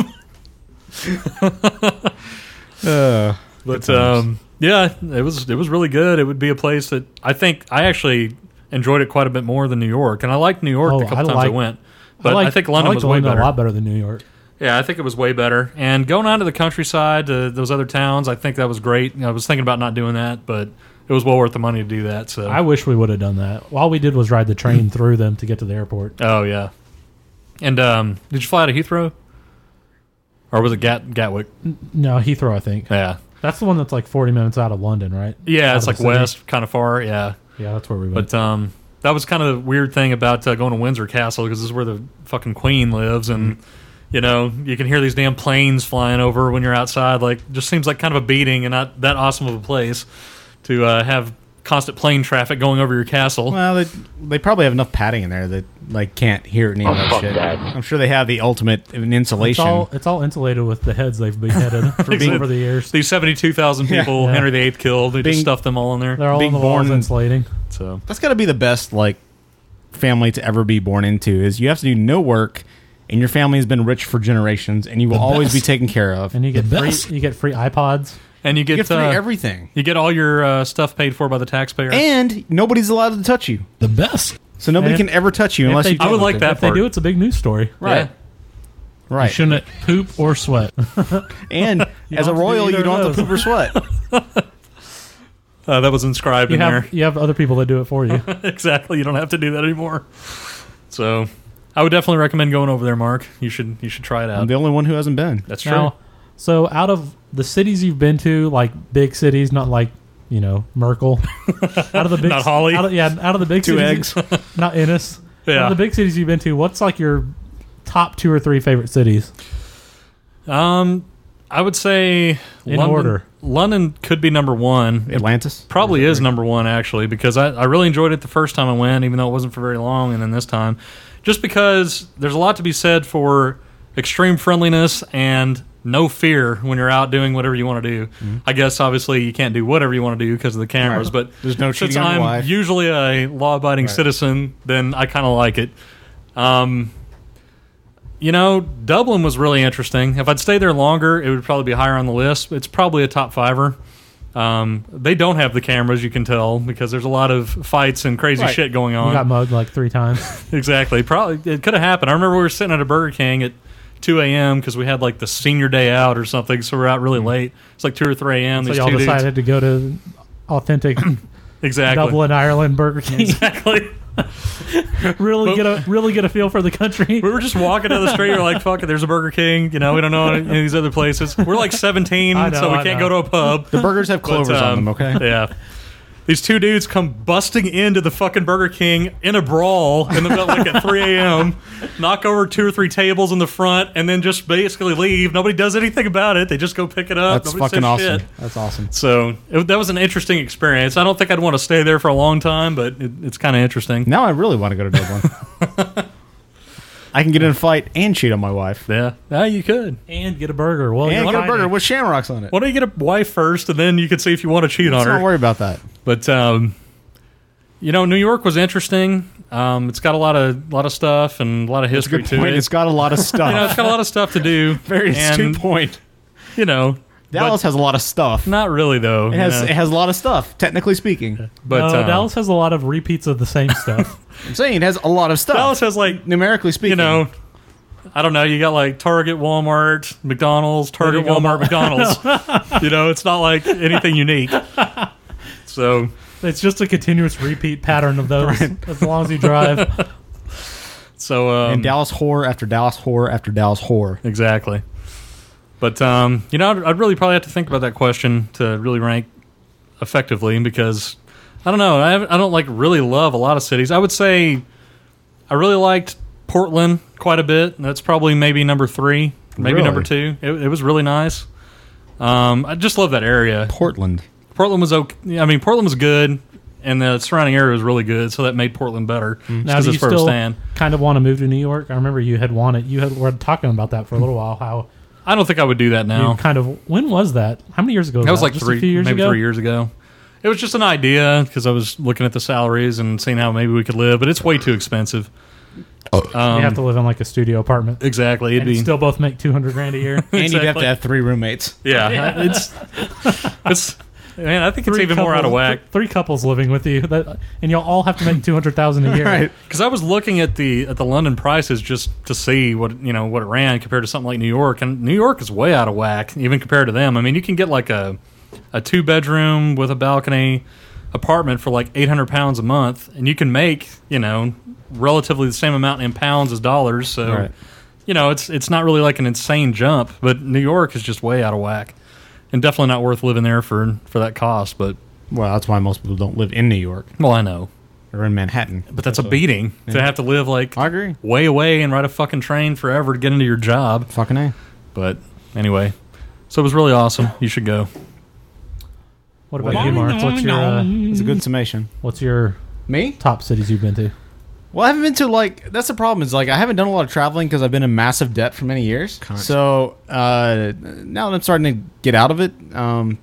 Uh,
But um, yeah, it was it was really good. It would be a place that I think I actually enjoyed it quite a bit more than New York, and I liked New York
Oh,
the couple
I
times I
like-
went. But I,
liked-
think London
liked
was way better.
a lot better than New York.
Yeah, I think it was way better. And going on to the countryside, to those other towns, I think that was great. I was thinking about not doing that, but it was well worth the money to do that. So,
I wish we would have done that. All we did was ride the train
Mm.
through them to get to the airport.
oh yeah. And um, did you fly out of Heathrow, or was it Gat- Gatwick?
No, Heathrow, I think.
Yeah,
That's the one that's like 40 minutes out of London, right?
yeah,
Out
it's
of
like
the city.
west, kind of far. Yeah,
Yeah, that's where we went.
but um, that was kind of the weird thing about uh, going to Windsor Castle because this is where the fucking Queen lives, and you know you can hear these damn planes flying over when you're outside. Like, just seems like kind of a beating, and not that awesome of a place to uh, have constant plane traffic going over your castle.
well, they, they probably have enough padding in there that like can't hear
Oh,
any of that
fuck
shit.
that.
I'm sure they have the ultimate in
it's
insulation.
all it's all insulated with the heads they've beheaded for being over the years.
These seventy-two thousand people
Yeah.
Henry VIII killed. They just
Being-
stuffed them all in there.
They're all
Being
on the walls
born-
insulating.
So
That's got to be the best like family to ever be born into. Is you have to do no work, and your family has been rich for generations, and you will always be taken care of.
And you get
The
free
best.
you get free iPods.
and you get,
you get free
uh,
everything,
you get all your uh, stuff paid for by the taxpayer.
and nobody's allowed to touch you.
The best.
So nobody
And
can ever touch you unless
they-
you.
I would like that
If they
part.
do, it's a big news story.
right.
Right.
Shouldn't poop or sweat.
And as a
don't have to do
royal, you
either
don't
of
have to poop or sweat.
Uh, that was inscribed
You
in
have
there.
you have other people that do it for you.
exactly. You don't have to do that anymore. So, I would definitely recommend going over there, Mark. You should you should try it
I'm
out.
the only one who hasn't been.
That's true.
now, so out of the cities you've been to, like big cities, not like you know Merkel, out of the big,
Not Holly.
out of, yeah, out of the big
Two
cities, eggs, not Ennis. Out
Yeah.
of the big cities you've been to, what's like your top two or three favorite cities?
Um, I would say
In
London,
order.
London could be number one.
Atlantis.
Probably is number one actually because I, I really enjoyed it the first time I went, even though it wasn't for very long, and then this time, just because there's a lot to be said for extreme friendliness and no fear when you're out doing whatever you want to do. I guess obviously you can't do whatever you want to do because of the cameras,
Mm-hmm. Right.
but
There's no
since
cheating on your
I'm
wife.
usually a law-abiding citizen, then I kind of like it. Um, you know, Dublin was really interesting. If I'd stayed there longer, it would probably be higher on the list. It's probably a top fiver. Um, they don't have the cameras, you can tell, because there's a lot of fights and crazy
Right.
shit going
You
on.
got mugged like three times.
Exactly. Probably it could have happened. I remember we were sitting at a Burger King at 2 a.m. because we had like the senior day out or something, so we're out really late. It's like 2 or 3 a.m.
Mm. so
These
y'all
two dudes-
decided to go to authentic
exactly.
Dublin, Ireland Burger King.
Exactly.
really get a really get a feel for the country.
We were just walking down the street. We're like, "Fuck it, there's a Burger King." You know, we don't know any of these other places. We're like 17,
I know,
so we
I
can't
know.
go to a pub.
The burgers have
But,
clovers on
um,
them. Okay.
Yeah. These two dudes come busting into the fucking Burger King in a brawl in the middle, like at 3 a.m., knock over two or three tables in the front, and then just basically leave. Nobody does anything about it. They just go pick it up.
That's
Nobody says
fucking awesome.
shit.
That's awesome.
So it, that was an interesting experience. I don't think I'd want to stay there for a long time, but it, it's kind of interesting.
Now I really want to go to Dublin. I can get in a fight and cheat on my wife.
Yeah. Yeah, you could.
and get a burger. Well,
And
you're
get a
tiny.
burger with shamrocks on it.
Why don't you get a wife first, and then you can see if you want to cheat on
Let's
her.
not worry about that.
But um, you know, New York was interesting. Um, it's got a lot of lot of stuff and a lot of history
Good
to
point.
it.
It's got a lot of stuff.
you know, it's got a lot of stuff to do.
Very
and,
astute point.
You know,
Dallas has a lot of stuff.
not really though.
It has it has a lot of stuff. Technically speaking,
but
No,
um,
Uh, Dallas has a lot of repeats of the same stuff.
I'm saying it has a lot of stuff.
Dallas has like
numerically speaking,
you know. I don't know. You got like Target, Walmart, McDonald's, Target,
There you go.
Walmart, McDonald's. you know, it's not like anything unique. So
it's just a continuous repeat pattern of those as long as you drive.
so um,
and Dallas whore after Dallas whore after Dallas whore.
Exactly. But um, you know, I'd, I'd really probably have to think about that question to really rank effectively because I don't know. I, haven't- I don't like really love a lot of cities. I would say I really liked Portland quite a bit. That's probably maybe number three, maybe
Really?
number two. It, it was really nice. Um, I just love that area.
Portland.
Portland was okay. I mean, Portland was good, and the surrounding area was really good, so that made Portland better.
Mm-hmm. Now,
Because
do
it's
you
where I was
still
staying.
kind of want to move to New York? I remember you had wanted. You had were talking about that for a little while. How
I don't think I would do that now.
you kind of when was that? How many years ago?
That was like
Just a
three,
few years
maybe
ago?
three years ago. It was just an idea because I was looking at the salaries and seeing how maybe we could live, but it's way too expensive. Um,
you have to live in like a studio apartment.
Exactly, it'd
And
be
still both make two hundred grand a year.
And you'd have
Exactly.
to have three roommates.
yeah, It's it's man, I think it's even more out of
couples-
whack
Three couples living with you, that, and you'll all have to make two hundred thousand a year.
Right.
because I was looking at the at the London prices just to see what you know what it ran compared to something like New York, and New York is way out of whack even compared to them. I mean, you can get like a a two bedroom with a balcony apartment for like eight hundred pounds a month, and you can make you know relatively the same amount in pounds as dollars. So
Right.
you know it's it's not really like an insane jump, but New York is just way out of whack, and definitely not worth living there for for that cost. But
Well, that's why most people don't live in New York.
well, I know.
They're in Manhattan.
But that's a beating to have to live like
I agree.
way away and ride a fucking train forever to get into your job.
Fucking a.
But anyway, so it was really awesome. You should go.
What about you, Mark? What's your uh,
It's a good summation.
what's your
Me?
top cities you've been to?
Well, I haven't been to like that's the problem is like I haven't done a lot of traveling because I've been in massive debt for many years. So uh, now that I'm starting to get out of it, um,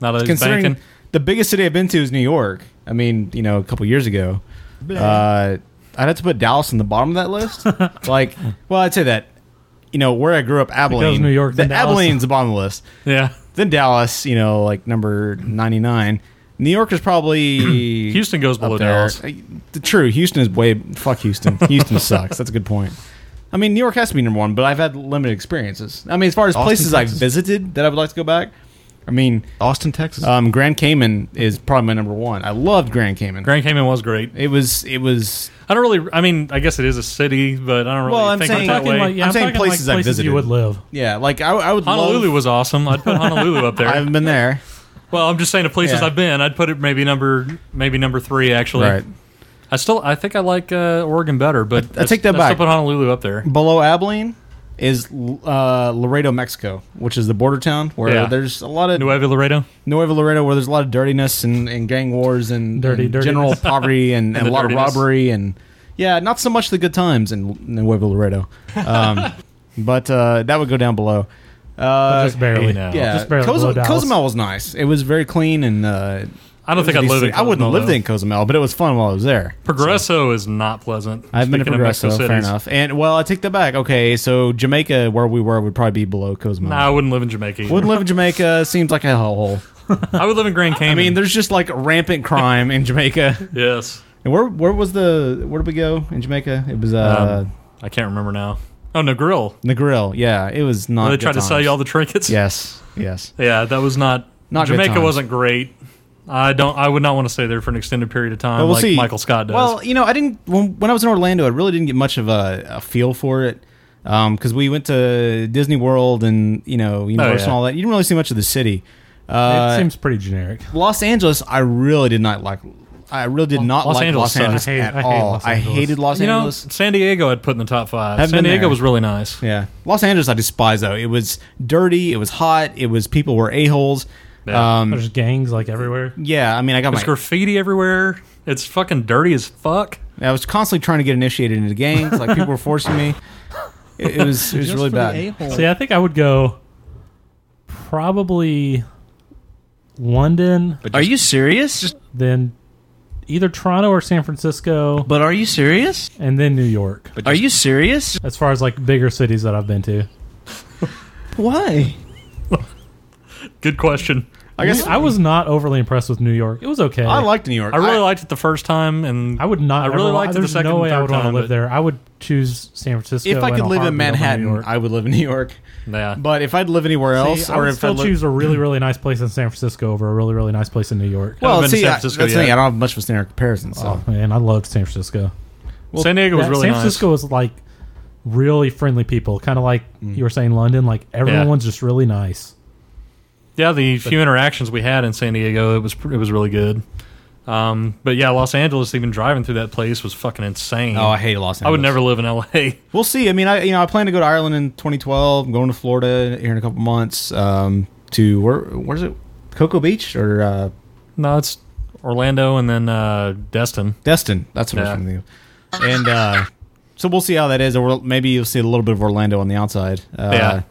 Not a
considering
banking.
the biggest city I've been to is New York. I mean, you know, a couple years ago, uh, I'd have to put Dallas on the bottom of that list. like, well, I'd say that you know where I grew up, Abilene,
New York,
the
then Dallas.
Abilene's the bottom of the list.
Yeah.
Then Dallas, you know, like number ninety nine. New York is probably
Houston goes below
up there.
Dallas.
Uh, The true Houston is way fuck Houston. Houston sucks. That's a good point. I mean, New York has to be number one, but I've had limited experiences. I mean, as far as
Austin,
places
Texas.
I've visited that I would like to go back, I mean,
Austin, Texas.
um, Grand Cayman is probably my number one. I loved Grand Cayman.
Grand Cayman was great.
it was it was
I don't really. I mean, I guess it is a city, but I don't really
Well, I'm
think
saying-
of it that
Talking
way.
like, yeah,
I'm
I'm,
saying
talking like
places I've visited.
you would live.
yeah. Like I, I would
Honolulu
love.
was awesome. I'd put Honolulu up there.
I haven't been there.
well, I'm just saying the places
Yeah.
I've been. I'd put it maybe number maybe number three actually.
Right
I still I think I like uh, Oregon better, but
I take that
I still
back.
put Honolulu up there.
below Abilene is uh, Laredo, Mexico, which is the border town where
Yeah.
there's a lot of
Nuevo Laredo.
Nuevo Laredo, where there's a lot of dirtiness and, and gang wars and,
Dirty,
and
dirtiness.
general poverty and, and,
And
a
the
lot
dirtiness.
of robbery and yeah, not so much the good times in Nuevo Laredo, um, but uh, that would go down below. Uh,
just barely.
hey, now.
yeah,
Just barely
Cozum-
below Dallas.
Cozumel was nice. It was very clean and. Uh,
I don't think I'd live in.
I wouldn't
Cozumel,
have lived
though.
in Cozumel, but it was fun while I was there.
Progresso is not pleasant.
I've been to
Speaking of Mexico
Progresso, fair
cities.
enough. And well, I take that back. Okay, so Jamaica, where we were, would probably be below Cozumel.
Nah, I wouldn't live in Jamaica. either.
Wouldn't live in Jamaica. Seems like a hellhole.
I would live in Grand Cayman.
I mean, there's just like rampant crime in Jamaica.
yes.
And where where was the where did we go in Jamaica? It was uh
Um, I can't remember now. Oh, no, grill.
the grill. Yeah, it was not.
Where they
good
tried to sell
times.
you all the trinkets.
Yes, yes.
Yeah, that was not.
Not good
Jamaica
times.
wasn't great. I don't. I would not want to stay there for an extended period of time,
But we'll
like
see.
Michael Scott does.
Well, you know, I didn't when, when I was in Orlando. I really didn't get much of a, a feel for it because we went to Disney World and you know Universal
Oh, yeah.
and all that. You didn't really see much of the city.
it
Uh,
seems pretty generic.
Los Angeles, I really did not like. I really did not
Los
like
Angeles
Los
sucks.
Angeles
I hate-
at
I hate
all.
Los
I
Angeles.
hated Los
you know,
Angeles.
San Diego I'd put in the top 5
Haven't
San
been
Diego
there.
was really nice.
Yeah, Los Angeles I despise though. It was dirty. It was hot. It was people were a holes.
Yeah.
Yeah. Um,
There's
Mm.
gangs like everywhere.
yeah, I mean, I got
There's
my.
graffiti everywhere. It's fucking dirty as fuck.
I was constantly trying to get initiated into gangs. Like people were forcing me. It, it was it was really bad.
See, I think I would go probably London,
Are you serious?
then either Toronto or San Francisco,
but are you serious?
and then New York.
Are you serious?
As far as like bigger cities that I've been to,
Why?
Good question.
I guess
I was not overly impressed with New York. It was okay.
I liked New York.
I really liked it the first time, and
I would not.
I really
ever,
liked it the
there's
second
no
and
way I
third
would want to
time,
live
but-
there. I would choose San Francisco.
If I
and
could
a
live in
heartbeat over New
Manhattan,
York.
I would live in New York.
Yeah.
But if I'd live anywhere else,
See, I
or
would
if I
still
li-
choose a really, really nice place in San Francisco over a really, really nice place in New York.
well,
been to
see,
San
I, that's
Francisco
the
yet.
thing. I don't have much of a standard comparison. So.
oh man, I loved San Francisco.
San Diego was
That-
really
San
nice.
Francisco was like really friendly people, kind of like you were saying London. Like everyone's just really nice.
Yeah, the few interactions we had in San Diego, it was pr- it was really good. Um, but yeah, Los Angeles, even driving through that place was fucking insane.
Oh, I hate Los Angeles.
I would never live in L.A.
We'll see. I mean, I you know I plan to go to Ireland in 2012. I'm going to Florida here in a couple months. Um, to where where's it? Cocoa Beach or uh,
No, it's Orlando and then uh, Destin.
Destin? That's what
Yeah.
I was thinking. of. And uh, so we'll see how that is, or we'll, maybe you'll see a little bit of Orlando on the outside. Uh,
Yeah.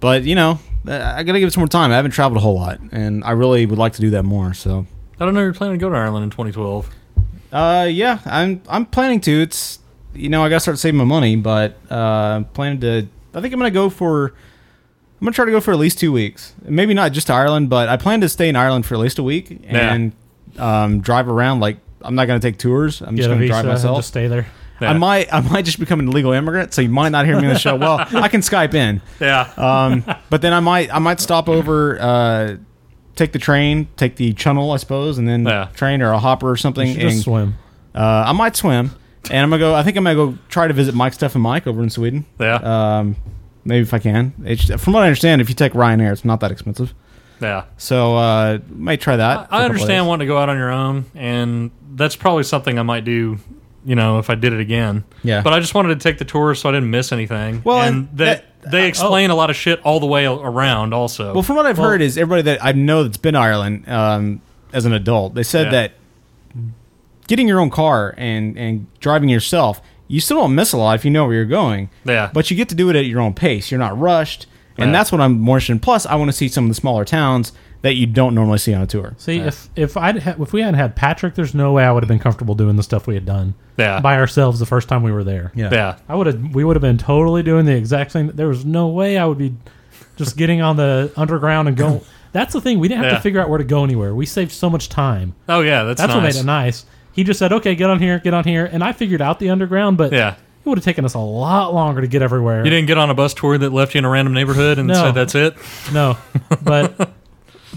But you know, I I gotta give it some more time. I haven't traveled a whole lot, and I really would like to do that more. So.
I don't know. if You're planning to go to Ireland in 2012.
Uh, yeah, I'm I'm planning to. It's you know I gotta start saving my money, but uh, I'm planning to. I think I'm gonna go for. I'm gonna try to go for at least two weeks. Maybe not just to Ireland, but I plan to stay in Ireland for at least a week
Yeah.
and um, drive around. Like I'm not gonna take tours. I'm just
Get a
gonna
visa
drive
and
myself.
just stay there.
Yeah.
I might I might just become an illegal immigrant, so you might not hear me on the show. Well, I can Skype in.
Yeah,
Um, but then I might I might stop over, uh, take the train, take the channel, I suppose, and then
Yeah.
train or a hopper or something.
You should just
and-
swim.
uh, I might swim, and I'm gonna go. I think I'm gonna go try to visit Mike, Steph, and Mike over in Sweden.
yeah,
Um, maybe if I can. It's, from what I understand, if you take Ryanair, it's not that expensive.
yeah.
So uh, might try that. for a
I
couple
understand
days.
wanting to go out on your own, and that's probably something I might do. You know, if I did it again.
Yeah.
But I just wanted to take the tour so I didn't miss anything.
Well,
and
and uh, oh.
that, they explain a lot of shit all the way around. Also,
Well, from what I've heard, is everybody that I know that's been to Ireland um, as an adult, they said
Yeah.
that getting your own car and and driving yourself, you still don't miss a lot if you know where you're going.
Yeah.
But you get to do it at your own pace. You're not rushed, and
Yeah.
that's what I'm more interested in. Plus, I want to see some of the smaller towns that you don't normally see on a tour.
See, if if I ha- if we hadn't had Patrick, there's no way I would have been comfortable doing the stuff we had done
Yeah.
by ourselves the first time we were there.
yeah.
I would have. We would have been totally doing the exact same. There was no way I would be just getting on the underground and going. That's the thing. We didn't have
Yeah.
to figure out where to go anywhere. We saved so much time.
Oh yeah, that's
That's what
nice.
made it nice. He just said, "Okay, get on here, get on here," and I figured out the underground. But
Yeah.
it would have taken us a lot longer to get everywhere.
You didn't get on a bus tour that left you in a random neighborhood and
No.
said that's it.
No, but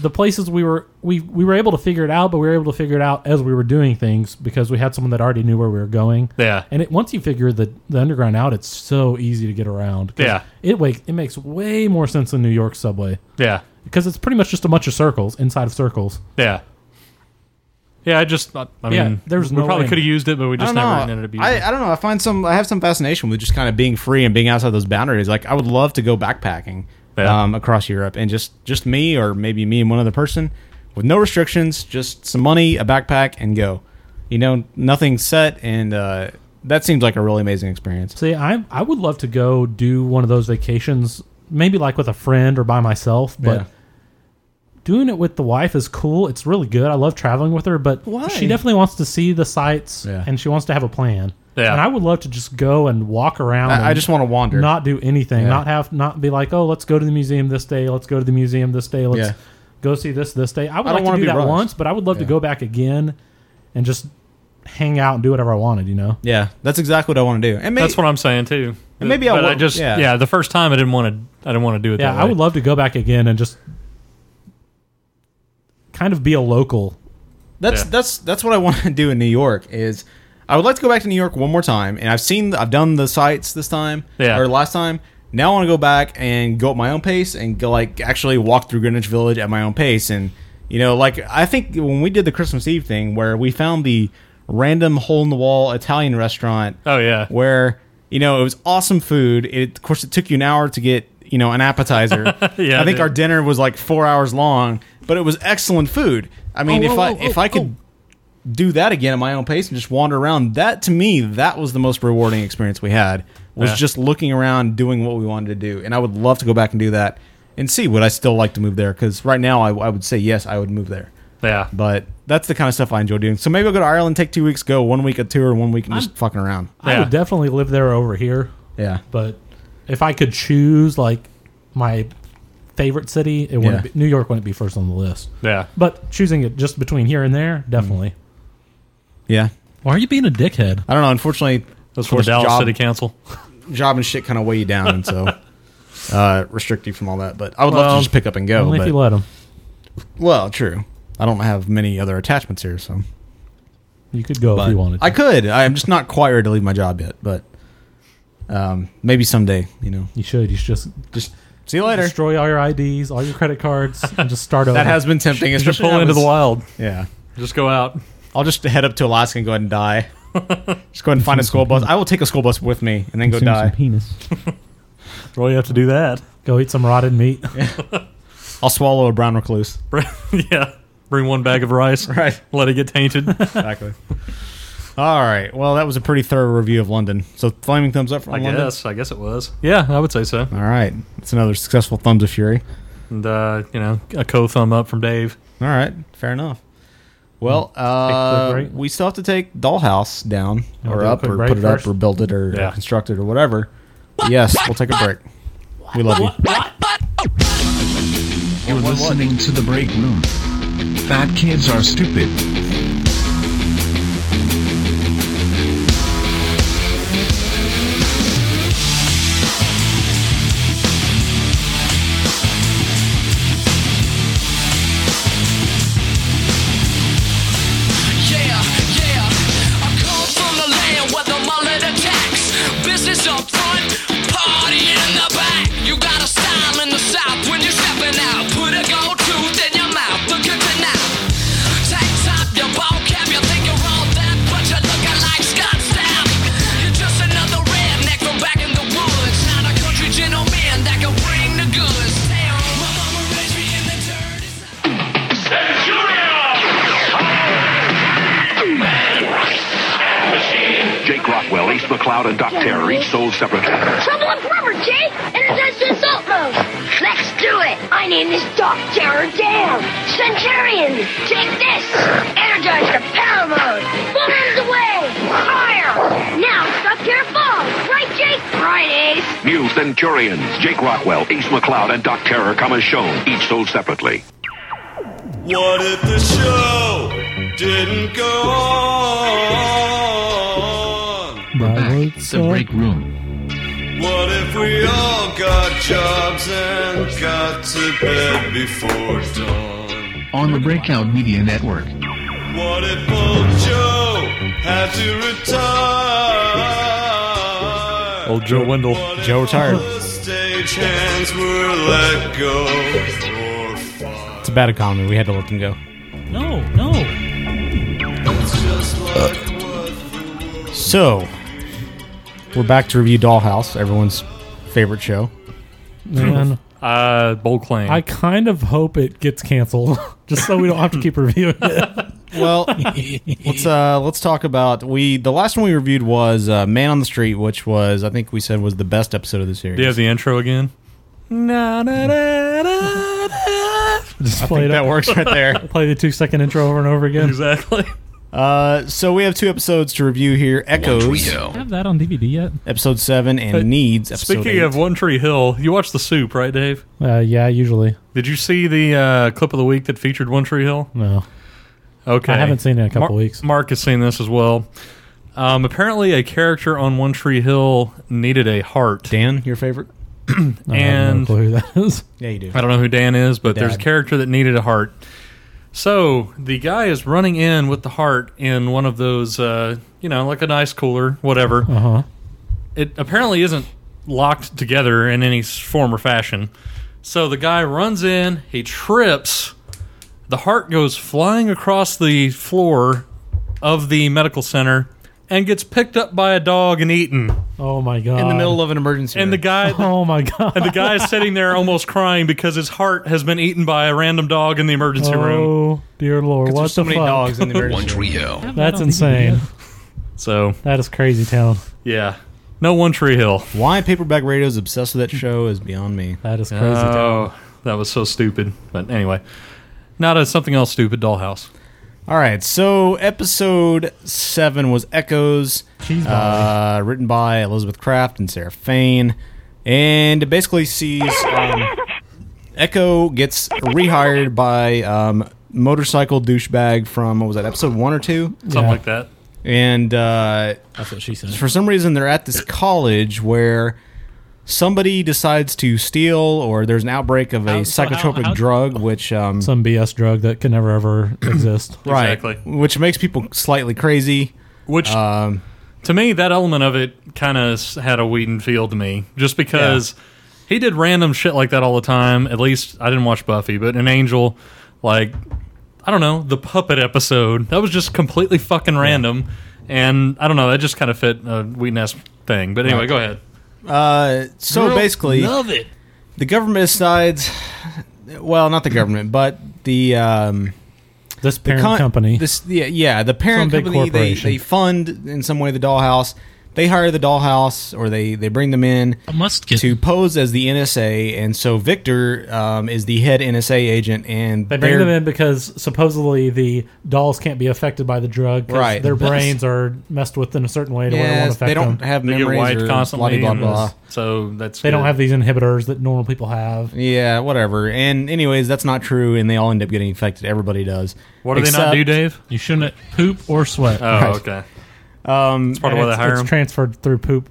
the places we were we we were able to figure it out, but we were able to figure it out as we were doing things because we had someone that already knew where we were going.
Yeah.
And it, once you figure the, the underground out, it's so easy to get around. 'Cause
Yeah.
it wake, it makes way more sense than New York subway
Yeah,
because it's pretty much just a bunch of circles inside of circles.
yeah. Yeah, I just. I I mean,
Yeah,
there
there's
we
no
probably
way.
could have used it, but we
I
just
don't
never
know.
ended up using it.
I, I don't know. I find some. I have some fascination with just kind of being free and being outside those boundaries. Like I would love to go backpacking um, across Europe and just just me or maybe me and one other person with no restrictions, just some money, a backpack, and go. You know, nothing set, and uh, that seems like a really amazing experience.
See, I I would love to go do one of those vacations, maybe like with a friend or by myself, but
Yeah.
doing it with the wife is cool. It's really good. I love traveling with her, but
Why?
she definitely wants to see the sights and she wants to have a plan.
Yeah.
And I would love to just go and walk around.
I-
and
I just wanna wander.
Not do anything.
Yeah.
Not have not be like, "Oh, let's go to the museum this day. Let's go to the museum this day. Let's
Yeah.
go see this this day." I would
I don't
like
wanna
to do
be
that
rushed.
once, but I would love to go back again and just hang out and do whatever I wanted, you know.
Yeah, that's exactly what I want to do. And may-
That's what I'm saying too.
And maybe I
But I
will-
just
yeah.
yeah. The first time I didn't want to. I didn't want to do it.
Yeah,
that
I
way.
would love to go back again and just kind of be a local.
That's
Yeah.
that's that's what I want to do in New York. Is I would like to go back to New York one more time, and I've seen I've done the sites this time,
Yeah.
or last time. Now I want to go back and go at my own pace and go like actually walk through Greenwich Village at my own pace, and you know like I think when we did the Christmas Eve thing where we found the random hole in the wall Italian restaurant.
Oh yeah,
where you know it was awesome food. It of course it took you an hour to get you know an appetizer.
Yeah,
I think
it-
our dinner was like four hours long, but it was excellent food. I mean,
Oh,
if
oh,
I
oh,
if
oh,
I could do that again at my own pace and just wander around, that to me that was the most rewarding experience we had was
Yeah.
just looking around, doing what we wanted to do, and I would love to go back and do that and see would I still like to move there because right now I, I would say yes, I would move there.
Yeah,
but that's the kind of stuff I enjoy doing. So maybe I'll go to Ireland, take two weeks, go one week a tour, one week and just fucking around.
I would definitely live there over here.
Yeah.
But if I could choose like my favorite city, it
Yeah.
wouldn't be, New York wouldn't be first on the list.
Yeah.
But choosing it just between here and there, definitely.
Yeah.
Why are you being a dickhead?
I don't know. Unfortunately,
That's
of
for
course,
Dallas City Council.
Job and shit kind of weigh you down, and so uh, restrict you from all that. But I would love
Well,
to just pick up and go.
only if
but,
you let 'em.
Well, true. I don't have many other attachments here, so
you could go if you wanted. To.
I could. I'm just not quite ready to leave my job yet, but um, maybe someday. You know,
you should. You should just
just see you later.
Destroy all your IDs, all your credit cards, and just start over.
That has been tempting.
Just
especially
pull
now
into
it's-
the wild.
Yeah.
Just go out.
I'll just head up to Alaska and go ahead and die. just go ahead and find a school bus. I will take a school bus with me and then go
Consume some
die.
penis.
Well, you have to do that.
Go eat some rotted meat.
I'll swallow a brown recluse.
yeah. Bring one bag of rice.
Right.
Let it get tainted.
exactly. All right. Well, that was a pretty thorough review of London. So, flaming thumbs up from
I
London.
guess. I guess it was. Yeah, I would say so.
All right. It's another successful thumbs of fury.
And uh, you know, a co thumb up from Dave.
All right. Fair enough. Well, uh,
break.
we still have to take Dollhouse down
Wanna
or
do a
up
quick
or
break
put it
first?
up or build it or
Yeah.
construct it or whatever. yes, we'll take a break. We love you.
You're listening to the break room. Fat kids are stupid.
Yeah, yeah. I come from the land where the mullet attacks. Business up front, party in the back. You got a style in the south when you're stepping out. Put a gold tooth in your mouth. Look at the now. Tank top, your ball cap. You think you're all that, but you're looking like Scott Stapp. You're just another redneck from back in the woods. Not a country gentleman that can bring the goods. Damn, my mama raised me in the dirt.
Jake Rockwell, Ace McCloud, and Doc Terror each sold separately.
Trouble in Plumber, Jay! And it does this up mode! Let's do it! I name this Doc Terror down! Centurion! Take this! Energize the power mode! Boom the way! Fire! Now Doc Terror falls! Right, Jake? Right, Ace!
New Centurions, Jake Rockwell, Ace McCloud, and Doc Terror come as shown, each sold separately.
What if the show didn't go on?
We're back. The break room.
What if we all got jobs and got to bed before dawn?
On the Breakout Media Network.
What if old Joe had to retire?
Old Joe Wendell.
Joe retired.
Stage hands were let go.
It's a bad economy. We had to let them go.
No, no.
So, we're back to review Dollhouse, everyone's favorite show.
Man.
Uh, bold claim.
I kind of hope it gets canceled, just so we don't have to keep reviewing it.
well, let's uh, let's talk about we. The last one we reviewed was uh, Man on the Street, which was I think we said was the best episode of the series.
Do you have the intro again?
Na, na, na, na, na. Just
I
play
think
it
that
up.
works right there.
play the two second intro over and over again.
Exactly.
Uh, so we have two episodes to review here: Echoes,
Have that on DVD yet?
episode seven, and
Hey,
Needs, episode
Speaking
eight.
of One Tree Hill, you watched The Soup, right, Dave?
Uh, yeah, usually.
Did you see the uh, clip of the week that featured One Tree Hill?
No.
Okay.
I haven't seen it in a couple weeks.
Mark has seen this as well. Um, apparently, a character on One Tree Hill needed a heart.
Dan, your favorite?
I have no
and
clue who that is.
Yeah, you do.
I don't know who Dan is, but
Dad.
there's a character that needed a heart. So the guy is running in with the heart in one of those, uh, you know, like an ice cooler, whatever.
Uh-huh.
It apparently isn't locked together in any s- form or fashion. So the guy runs in, he trips, the heart goes flying across the floor of the medical center and gets picked up by a dog and eaten.
Oh my god!
In the middle
of an emergency.
And the guy
Oh my god!
and the guy is sitting there almost crying because his heart has been eaten by a random dog in the emergency room.
Oh dear lord! What the fuck?
One tree hill.
That's insane.
So
that is crazy town.
Yeah. No One Tree Hill.
Why Paperback Radio is obsessed with that show is beyond me.
That is
Oh, that was so stupid. But anyway, not a something else stupid. Dollhouse.
All right, so episode seven was Echoes, uh, written by Elizabeth Craft and Sarah Fain, and it basically sees um, Echo gets rehired by um, motorcycle douchebag from what was that episode one or two,
Something like that.
and uh, that's
what she said.
For some reason, they're at this college where somebody decides to steal, or there's an outbreak of a psychotropic drug, which um,
Some BS drug that can never ever exist.
Right. Which makes people slightly crazy.
Which
um,
to me, that element of it kind of had a Whedon feel to me, just because he did random shit like that all the time. At least I didn't watch Buffy, but in Angel, like I don't know, the puppet episode that was just completely fucking random, and I don't know, that just kind of fit a Whedon esque thing. But anyway,
Right.
go ahead.
Uh, so
Girl,
basically,
love it.
The government decides. Well, not the government, but the um,
this
the
parent company.
This yeah, yeah, the parent
Some big
company. They,
corporation.
they fund in some way the dollhouse. They hire the dollhouse, or they they bring them in
must
to pose as the NSA, and so Victor um, is the head NSA agent, and
They bring
they're-
them in because supposedly the dolls can't be affected by the drug. 'cause
Right.
Their
That's-
brains are messed with in a certain way to where it won't
Yes,
affect
they don't
them.
have
They get
memories
wiped
or
constantly
blah blah
and
blah.
So that's
They don't
good.
have these inhibitors that normal people have.
Yeah, whatever. And anyways, that's not true, and they all end up getting infected. Everybody does.
What do they not do, Dave?
You shouldn't poop or sweat.
Oh,
Right.
okay.
Um,
That's part of why they hire him.
transferred through poop.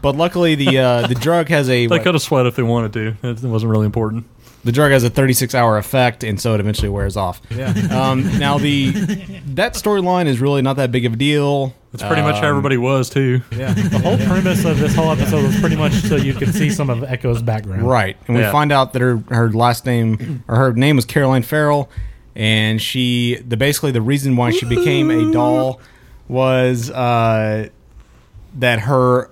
But luckily, the uh, the drug has a
They could have sweat if they wanted to. It wasn't really important.
the drug has a 36 hour effect, and so it eventually wears off.
Yeah.
Um, now the that storyline is really not that big of a deal.
That's pretty much how
Um,
everybody was too.
Yeah. The whole premise of this whole episode was pretty much so you could see some of Echo's background.
Right, and we
Yeah.
find out that her her last name or her name was Caroline Farrell, and she the basically the reason why she became a doll was uh, that her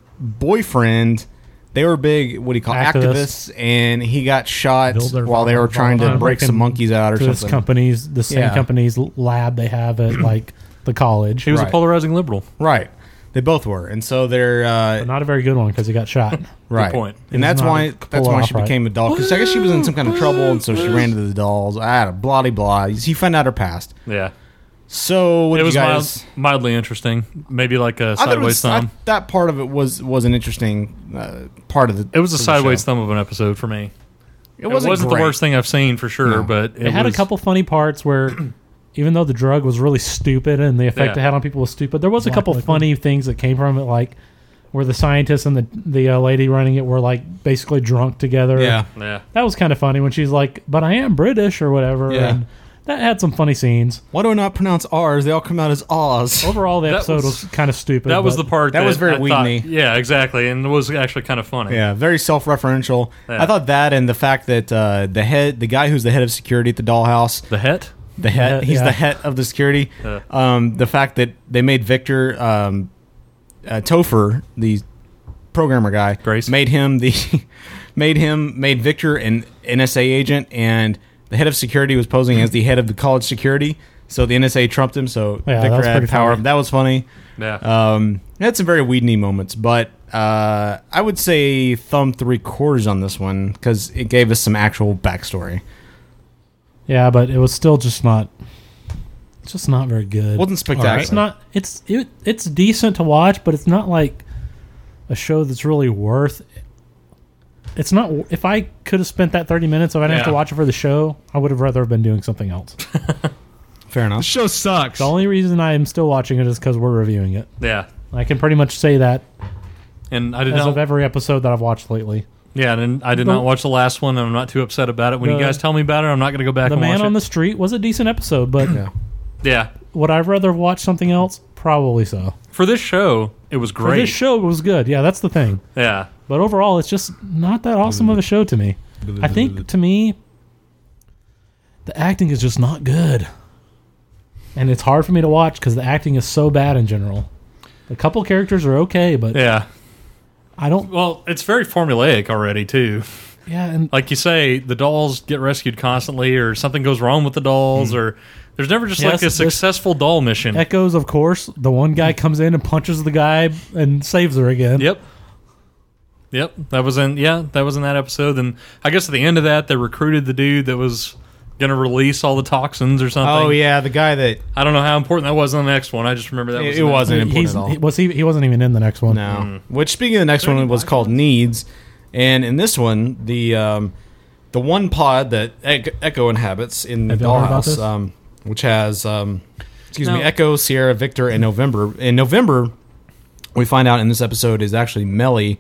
boyfriend they were big what do you call it,
Activists.
activists, and he got shot
Build their
while they were
vulnerable
trying to
vulnerable
break
vulnerable
some monkeys out or
to this
something.
company's the same
Yeah.
company's lab they have at like the college.
He was a Right.
polarizing liberal,
right? They both were, and so they're uh,
not a very good one because he got shot.
Right, and that's why that's why she became a doll because I guess she was in some kind of trouble, and so she ran to the dolls. I had a blah de blah. You found out her past.
Yeah.
So what
it
did
was
you
mild-
guys?
mildly interesting. Maybe like a
I thought it
sideways
was- I-
thumb.
that part of it was was an interesting uh, part of the.
it was a
of the
sideways
show.
thumb of an episode for me. It
wasn't
the
great.
worst thing I've seen for sure,
No.
but
It,
it,
had
was,
a couple funny parts where, even though the drug was really stupid and the effect
Yeah.
it had on people was stupid, there was a
Black
couple
liquid.
funny things that came from it, like where the scientist and the the uh, lady running it were like basically drunk together.
Yeah. Yeah.
that was kind of funny when she's like, "But I am British" or whatever.
Yeah.
and that had some funny scenes.
Why do I not pronounce R's? They all come out as Oz.
Overall, the
That
episode was,
was-
kind of stupid.
That was
but-
the part
That
that
was very
I thought-
Whedon-y.
Yeah, exactly, and it was actually kind of funny.
Yeah, very self-referential.
Yeah.
I thought that, and the fact that uh, the head, the guy who's the head of security at the dollhouse,
the head,
The head.
Yeah,
He's
yeah.
the head of the security.
Yeah.
Um, the fact that they made Victor um, uh, Topher, the programmer guy, made him the made him made Victor an NSA agent, and the head of security was posing as the head of the college security. So the NSA trumped him. So
Yeah, that
Victor
was
had
pretty
power.
funny.
That was funny.
Yeah.
Um, had some very Whedon moments, but uh, I would say thumb three quarters on this one because it gave us some actual backstory.
Yeah, but it was still just not. It's just not very good.
Wasn't spectacular.
It's not. It's it, It's decent to watch, but it's not like a show that's really worth. It's not. If I could have spent that thirty minutes, if I didn't have to
Yeah.
watch it for the show, I would have rather have been doing something else.
Fair enough. The
show sucks. The only reason I am still watching it is because we're reviewing it.
Yeah.
I can pretty much say that
And I did
as
not
of every episode that I've watched lately.
Yeah, I didn't, I did
The-
not watch the last one. and I'm not too upset about it. When you
The-
guys tell me about it, I'm not going to go back
the
and
Man
watch
on the Street was a decent episode, but
it. Yeah,
would I rather watch something else? Probably so.
for this show, it was
For
great.
this show it was good. Yeah, that's the thing.
yeah,
But overall, it's just not that awesome of a show to me. I think to me, the acting is just not good, and it's hard for me to watch because the acting is so bad in general. A couple characters are okay, but
yeah.
I don't.
Well, it's very formulaic already too.
Yeah, and
Like you say, the dolls get rescued constantly, or something goes wrong with the dolls,
Hmm.
or there's never just
Yeah,
like a
that's- that's-
successful doll mission.
Echoes, of course, the one guy comes in and punches the guy and saves her again.
Yep. Yep, that was in yeah, that was in that episode. And I guess at the end of that, they recruited the dude that was going to release all the toxins or something.
Oh yeah, the guy that
I don't know how important that was on the next one. I just remember that was
it,
in that
wasn't
one.
important at all.
He, was he? He wasn't even in the next one.
No. Hmm. Which speaking of the next one was called Needs, and in this one the um, the one pod that Ec- Echo inhabits in the
Have y'all heard about
dollhouse,
this?
um, which has um, excuse me,
No.
Echo, Sierra, Victor, and November. In November, we find out in this episode is actually Melly,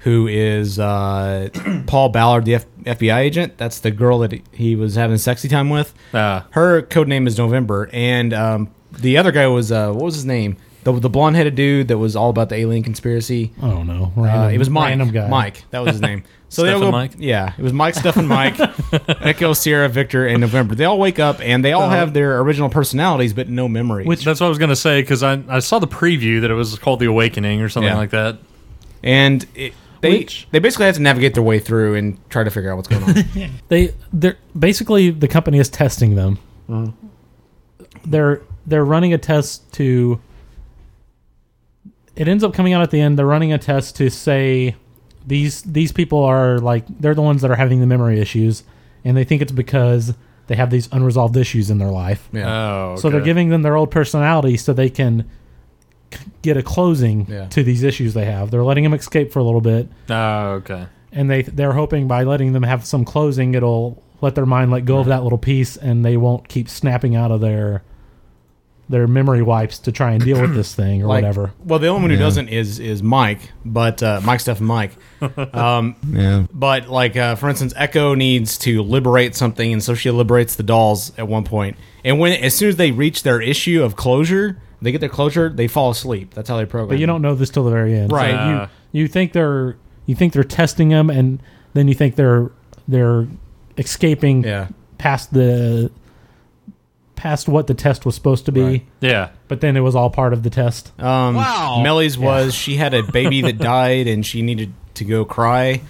who is uh, Paul Ballard, the F- FBI agent. That's the girl that he was having sexy time with. Her code name is November, and um, the other guy was uh, what was his name? The, the blonde headed dude that was all about the alien conspiracy.
I don't know.
Uh,
Random-
it was Mike.
random guy.
Mike. That was his name. So they all
Stefan
go,
Mike?
Yeah, it was Mike, Stefan, Mike, Echo, Sierra, Victor, and November. They all wake up and they all
Uh-huh.
have their original personalities, but no memory.
Which that's what I was going to say because I I saw the preview that it was called the Awakening or something
Yeah.
like that.
And it, they they basically have to navigate their way through and try to figure out what's going on.
They they're basically the company is testing them.
Mm-hmm.
They're they're running a test to. It ends up coming out at the end. They're running a test to say these these people are like they're the ones that are having the memory issues, and they think it's because they have these unresolved issues in their life.
Yeah. Oh,
so they're
okay.
giving them their old personality so they can c- get a closing
Yeah.
to these issues they have. They're letting them escape for a little bit
Oh, okay.
and they they're hoping by letting them have some closing it'll let their mind let go of that little piece and they won't keep snapping out of their their memory wipes to try and deal with this thing or
Like,
whatever
Well, the only one who
Yeah.
doesn't is is Mike, but uh, Mike Stefan Mike. Um,
Yeah.
But like uh, for instance, Echo needs to liberate something, and so she liberates the dolls at one point. And when as soon as they reach their issue of closure, they get their closure, they fall asleep. That's how they program.
but you don't know this till the very end So
Right. Ah.
you you think they're you think they're testing them and then you think they're they're escaping past the past what the test was supposed to be
Yeah.
but then it was all part of the test
Um, Melly's
Yeah.
was she had a baby that died, and she needed to go cry.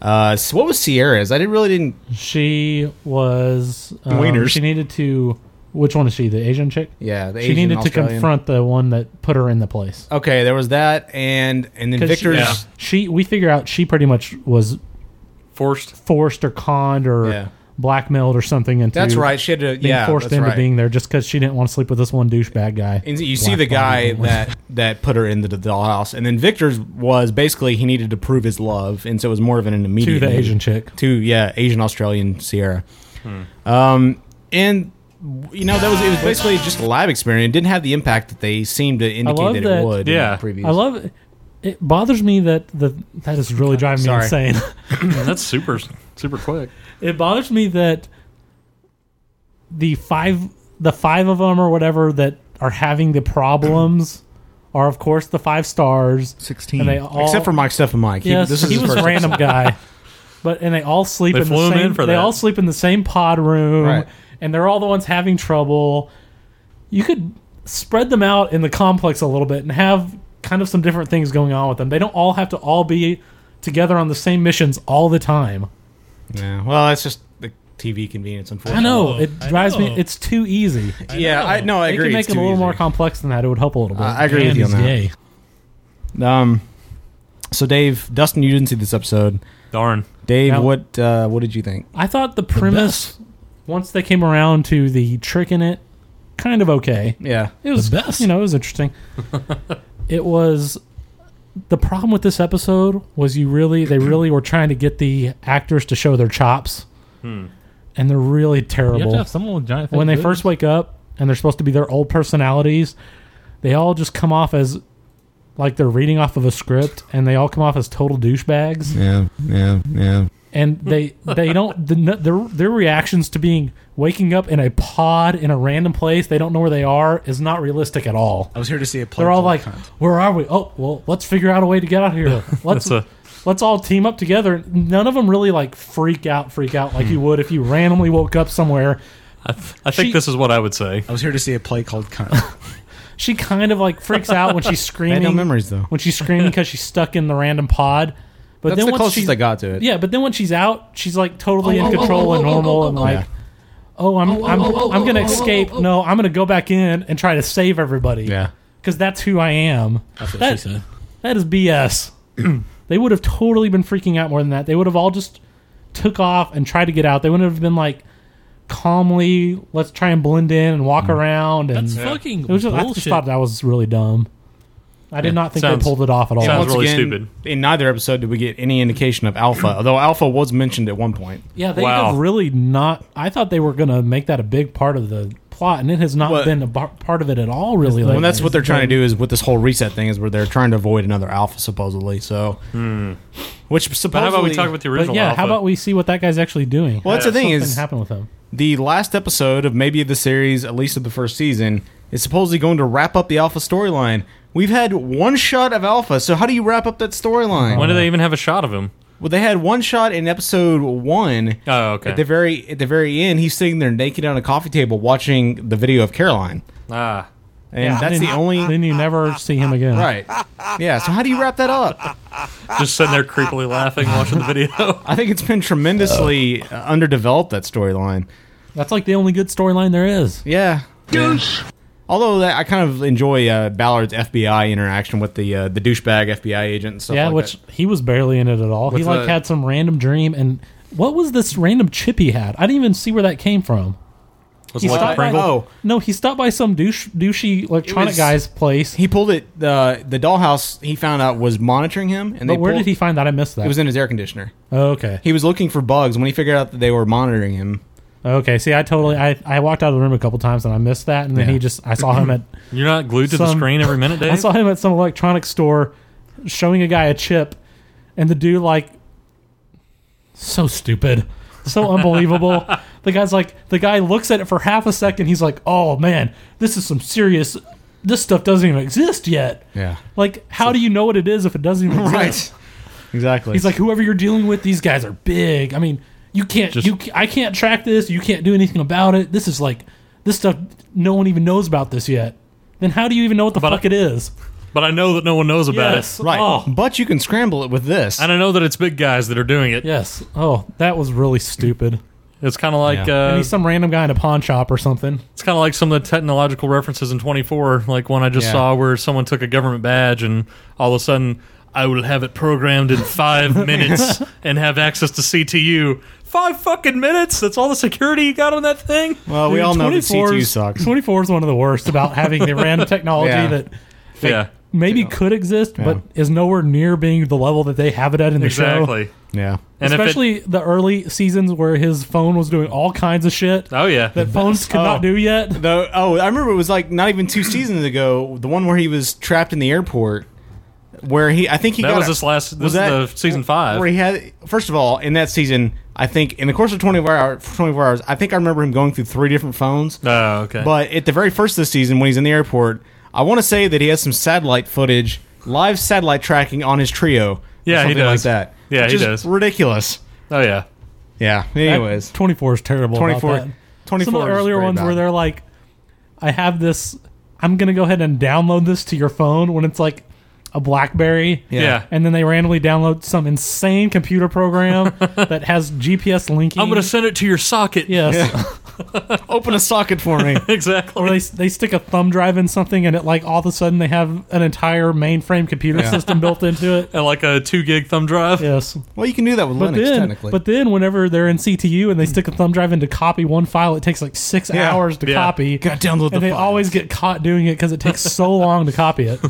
Uh, so what was Sierra's? I didn't really didn't.
She was Um, She needed to. Which one is she? The Asian chick?
Yeah, the
she
Asian
needed to
Australian.
confront the one that put her in the place.
Okay, there was that, and and then
'Cause
Victor's.
she, she- we figure out she pretty much was
forced,
forced or conned or
Yeah.
blackmailed or something into.
That's right, she had to-
being
yeah,
forced
that's
into
right.
being there just because she didn't want to sleep with this one douchebag guy.
And you see
Black
the
Bobby
guy
Goodwin.
that that put her into the dollhouse, and then Victor's was basically he needed to prove his love, and so it was more of an immediate
the Asian chick,
to yeah, Asian Australian Sierra,
Hmm.
um, and you know that was it was basically just a lab experiment. It didn't have the impact that they seemed to
I love
indicate that,
that.
it would. in the previous.
I love. It bothers me that the that is really driving me
Sorry.
insane.
that's super super quick.
it bothers me that the five the five of them or whatever that are having the problems are of course the five stars 16 and they all,
Except for Mike Stefan Mike. He-
yes,
this is
he
his
was
first
random
episode.
guy but and they all sleep
They
in
flew
the
him
same
in for
they
that.
all sleep in the same pod room
Right.
and they're all the ones having trouble. You could spread them out in the complex a little bit and have kind of some different things going on with them. They don't all have to all be together on the same missions all the time.
Yeah. Well, that's just the TV convenience,
I
unfortunately.
know it drives me. It's too easy.
Yeah, I- no, I
They
agree,
Could
it's
make it
too
a little
easy.
more complex than that. It would help a little bit.
I agree with you on
Dan
that.
is gay.
Um, so Dave, Dustin, you didn't see this episode.
Darn.
Dave,
No.
what uh, what did you think?
I thought the premise, once they came around to the trick in it, kind of okay.
Yeah.
It was
The best.
You know, it was interesting. it was the problem with this episode was you really they really were trying to get the actors to show their chops.
Hmm.
And they're really terrible.
have someone with giant
When they
fake boobs.
first wake up and they're supposed to be their old personalities, they all just come off as like they're reading off of a script and they all come off as total douchebags
Yeah, yeah, yeah.
and they they don't the, their their reactions to being waking up in a pod in a random place they don't know where they are is not realistic at all.
I was here to see a play.
They're all like, "Where are we? Oh, well, let's figure out a way to get out of here. Let's
That's
let's all team up together." None of them really like freak out, freak out like
Hmm.
you would if you randomly woke up somewhere.
I, I think this is what I would say.
I was here to see a play called Cunt.
She kind of like freaks out when she's screaming.
no memories, though.
When she's screaming because she's stuck in the random pod. But
That's
then
the
once
closest
she's,
I got to it.
Yeah, but then when she's out, she's like totally
Oh,
in
oh, oh,
control
oh,
and
oh, oh,
normal
oh,
and
oh,
like,
yeah.
oh, I'm I'm
oh, oh,
I'm gonna
oh, oh,
escape. No, I'm gonna go back in and try to save everybody. Yeah, because that's who I am.
That's what she said.
That is BS. they would have totally been freaking out more than that. They would have all just took off and tried to get out. They wouldn't have been like calmly, let's try and blend in and
Mm.
walk around. And
That's fucking
It was just- I just
bullshit.
thought that was really dumb. I did not think they pulled it off at all.
And once again, In neither episode did we get any indication of Alpha, although Alpha was mentioned at one point.
Yeah, they have really not. I thought they were going to make that a big part of the plot, and it has not
What?
been a bar- part of it at all. Really,
Well,
lately.
that's what they're trying to do is with this whole reset thing is where they're trying to avoid another Alpha supposedly. So,
Hmm.
which supposedly,
But yeah, how about we see what that guy's actually doing?
Well, that's the thing
Something
is
happened with him.
The last episode of maybe the series, at least of the first season, is supposedly going to wrap up the Alpha storyline. We've had one shot of Alpha, so how do you wrap up that storyline?
When do they even have a shot of him?
Well, they had one shot in episode one.
Oh, okay.
At the very at the very end, he's sitting there naked on a coffee table watching the video of Caroline.
Ah,
and that's the only.
Then you never see him again.
Right. Yeah. So how do you wrap that up?
Just sitting there creepily laughing, watching the video.
I think it's been tremendously uh, underdeveloped that storyline.
That's like the only good storyline there is.
Yeah. Douche. Although that, I kind of enjoy uh, Ballard's FBI interaction with the uh, the douchebag FBI agent and stuff
yeah,
like
which
that.
he was barely in it at all. he
With
like
the-
had some random dream, and what was this random chip he had? I didn't even see where that came from.
Was it like a
by,
Pringle? Oh.
no, he stopped by some douche, douchey electronic
was-
guy's place.
He pulled it. The the dollhouse he found out was monitoring him, and
but
they
where
pulled-
did he find that? I missed that.
It was in his air conditioner.
Oh, okay.
He was looking for bugs when he figured out that they were monitoring him.
Okay, see, I totally, I, I walked out of the room a couple times and I missed that, and then
Yeah.
he just, I saw him at.
You're not glued to the screen every minute,
I
Dave?
saw him at some electronics store, showing a guy a chip, and the dude like, so stupid, so unbelievable. the guy's like, the guy looks at it for half a second. He's like, oh man, this is some serious. This stuff doesn't even exist yet.
Yeah.
Like, how do you know what it is if it doesn't even exist?
Exactly.
He's like, whoever you're dealing with, these guys are big. I mean, you can't, you, ca- I can't track this. You can't do anything about it. This is like, this stuff, no one even knows about this yet. Then how do you even know what the fuck it is?
But I know that no one knows about
Yes.
it.
Right. Oh.
But you can scramble it with this.
And I know that it's big guys that are doing it.
Yes. Oh, that was really stupid.
It's kind of like
And
uh,
he's some random guy in a pawn shop or something.
it's kind of like some of the technological references in 24, like one I just
Yeah.
saw where someone took a government badge and all of a sudden I will have it programmed in five minutes and have access to CTU. Five fucking minutes. That's all the security you got on that thing.
Well, we all know that CTU
24's
sucks.
24 is one of the worst about having the random technology
Yeah.
that
Yeah. Yeah.
maybe could exist, but is nowhere near being the level that they have it at in the show.
Exactly.
Yeah.
And if it-
Especially the early seasons where his phone was doing all kinds of shit.
Oh yeah,
that phones could
Oh.
not do yet.
Though, oh, I remember it was like not even two seasons ago. The one where he was trapped in the airport, where he, I think he
That
got
was
a-
this last- this is the season five.
where he had. First of all, in that season, I think in the course of twenty four hours, twenty four hours, I think I remember him going through three different phones.
Oh, okay.
But at the very first of the season, when he's in the airport, I want to say that he has some satellite footage, live satellite tracking on his trio. or
Yeah, he
something like
does.
that.
Yeah,
which
he
is
does.
Ridiculous.
Oh yeah.
Yeah. Anyways,
twenty four is terrible. about
24
that. Some
24 is
of the earlier
very
ones
bad.
where they're like, I have this. I'm gonna go ahead and download this to your phone when it's like a BlackBerry.
Yeah. Yeah.
And then they randomly download some insane computer program that has GPS linking.
I'm going to send it to your socket.
Yes.
Open a socket for me.
exactly.
Or they, they stick a thumb drive in something and it like all of a sudden they have an entire mainframe computer
Yeah.
system built into it.
And like a two gig thumb drive.
Yes.
Well, you can do that with
But
Linux
then,
technically.
but then whenever they're in CTU and they stick a thumb drive in to copy one file, it takes like six
Yeah.
hours to
Yeah.
copy.
Gotta download
and
the
they always get caught doing it because it takes so long to copy it.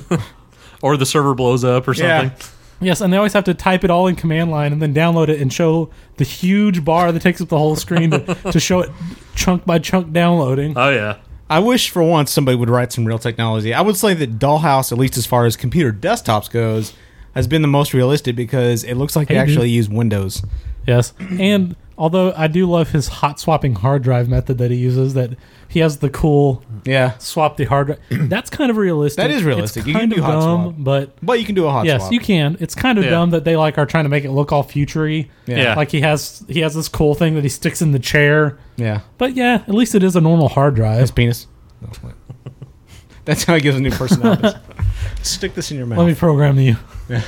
Or the server blows up or something.
Yes, and they always have to type it all in command line and then download it and show the huge bar that takes up the whole screen to, to show it chunk by chunk
Uh,
downloading.
Oh yeah.
I wish for once somebody would write some real technology. I would say that Dollhouse, at least as far as computer desktops goes, has been the most realistic because it looks like they
Hey, dude.
actually use Windows.
Yes, and although I do love his hot swapping hard drive method that he uses, that he has the cool
yeah
swap the hard drive. That's kind of realistic.
That is realistic.
It's
You
kind
can do
of
hot
dumb,
swap.
but
but you can do a hot
yes,
swap.
you can. It's kind of
Yeah.
dumb that they like are trying to make it look all futury.
Yeah. Yeah.
like he has he has this cool thing that he sticks in the chair.
Yeah.
but yeah, at least it is a normal hard drive. His
penis. That's how it gives a new personality. Stick this in your mouth.
Let me program you.
Yeah.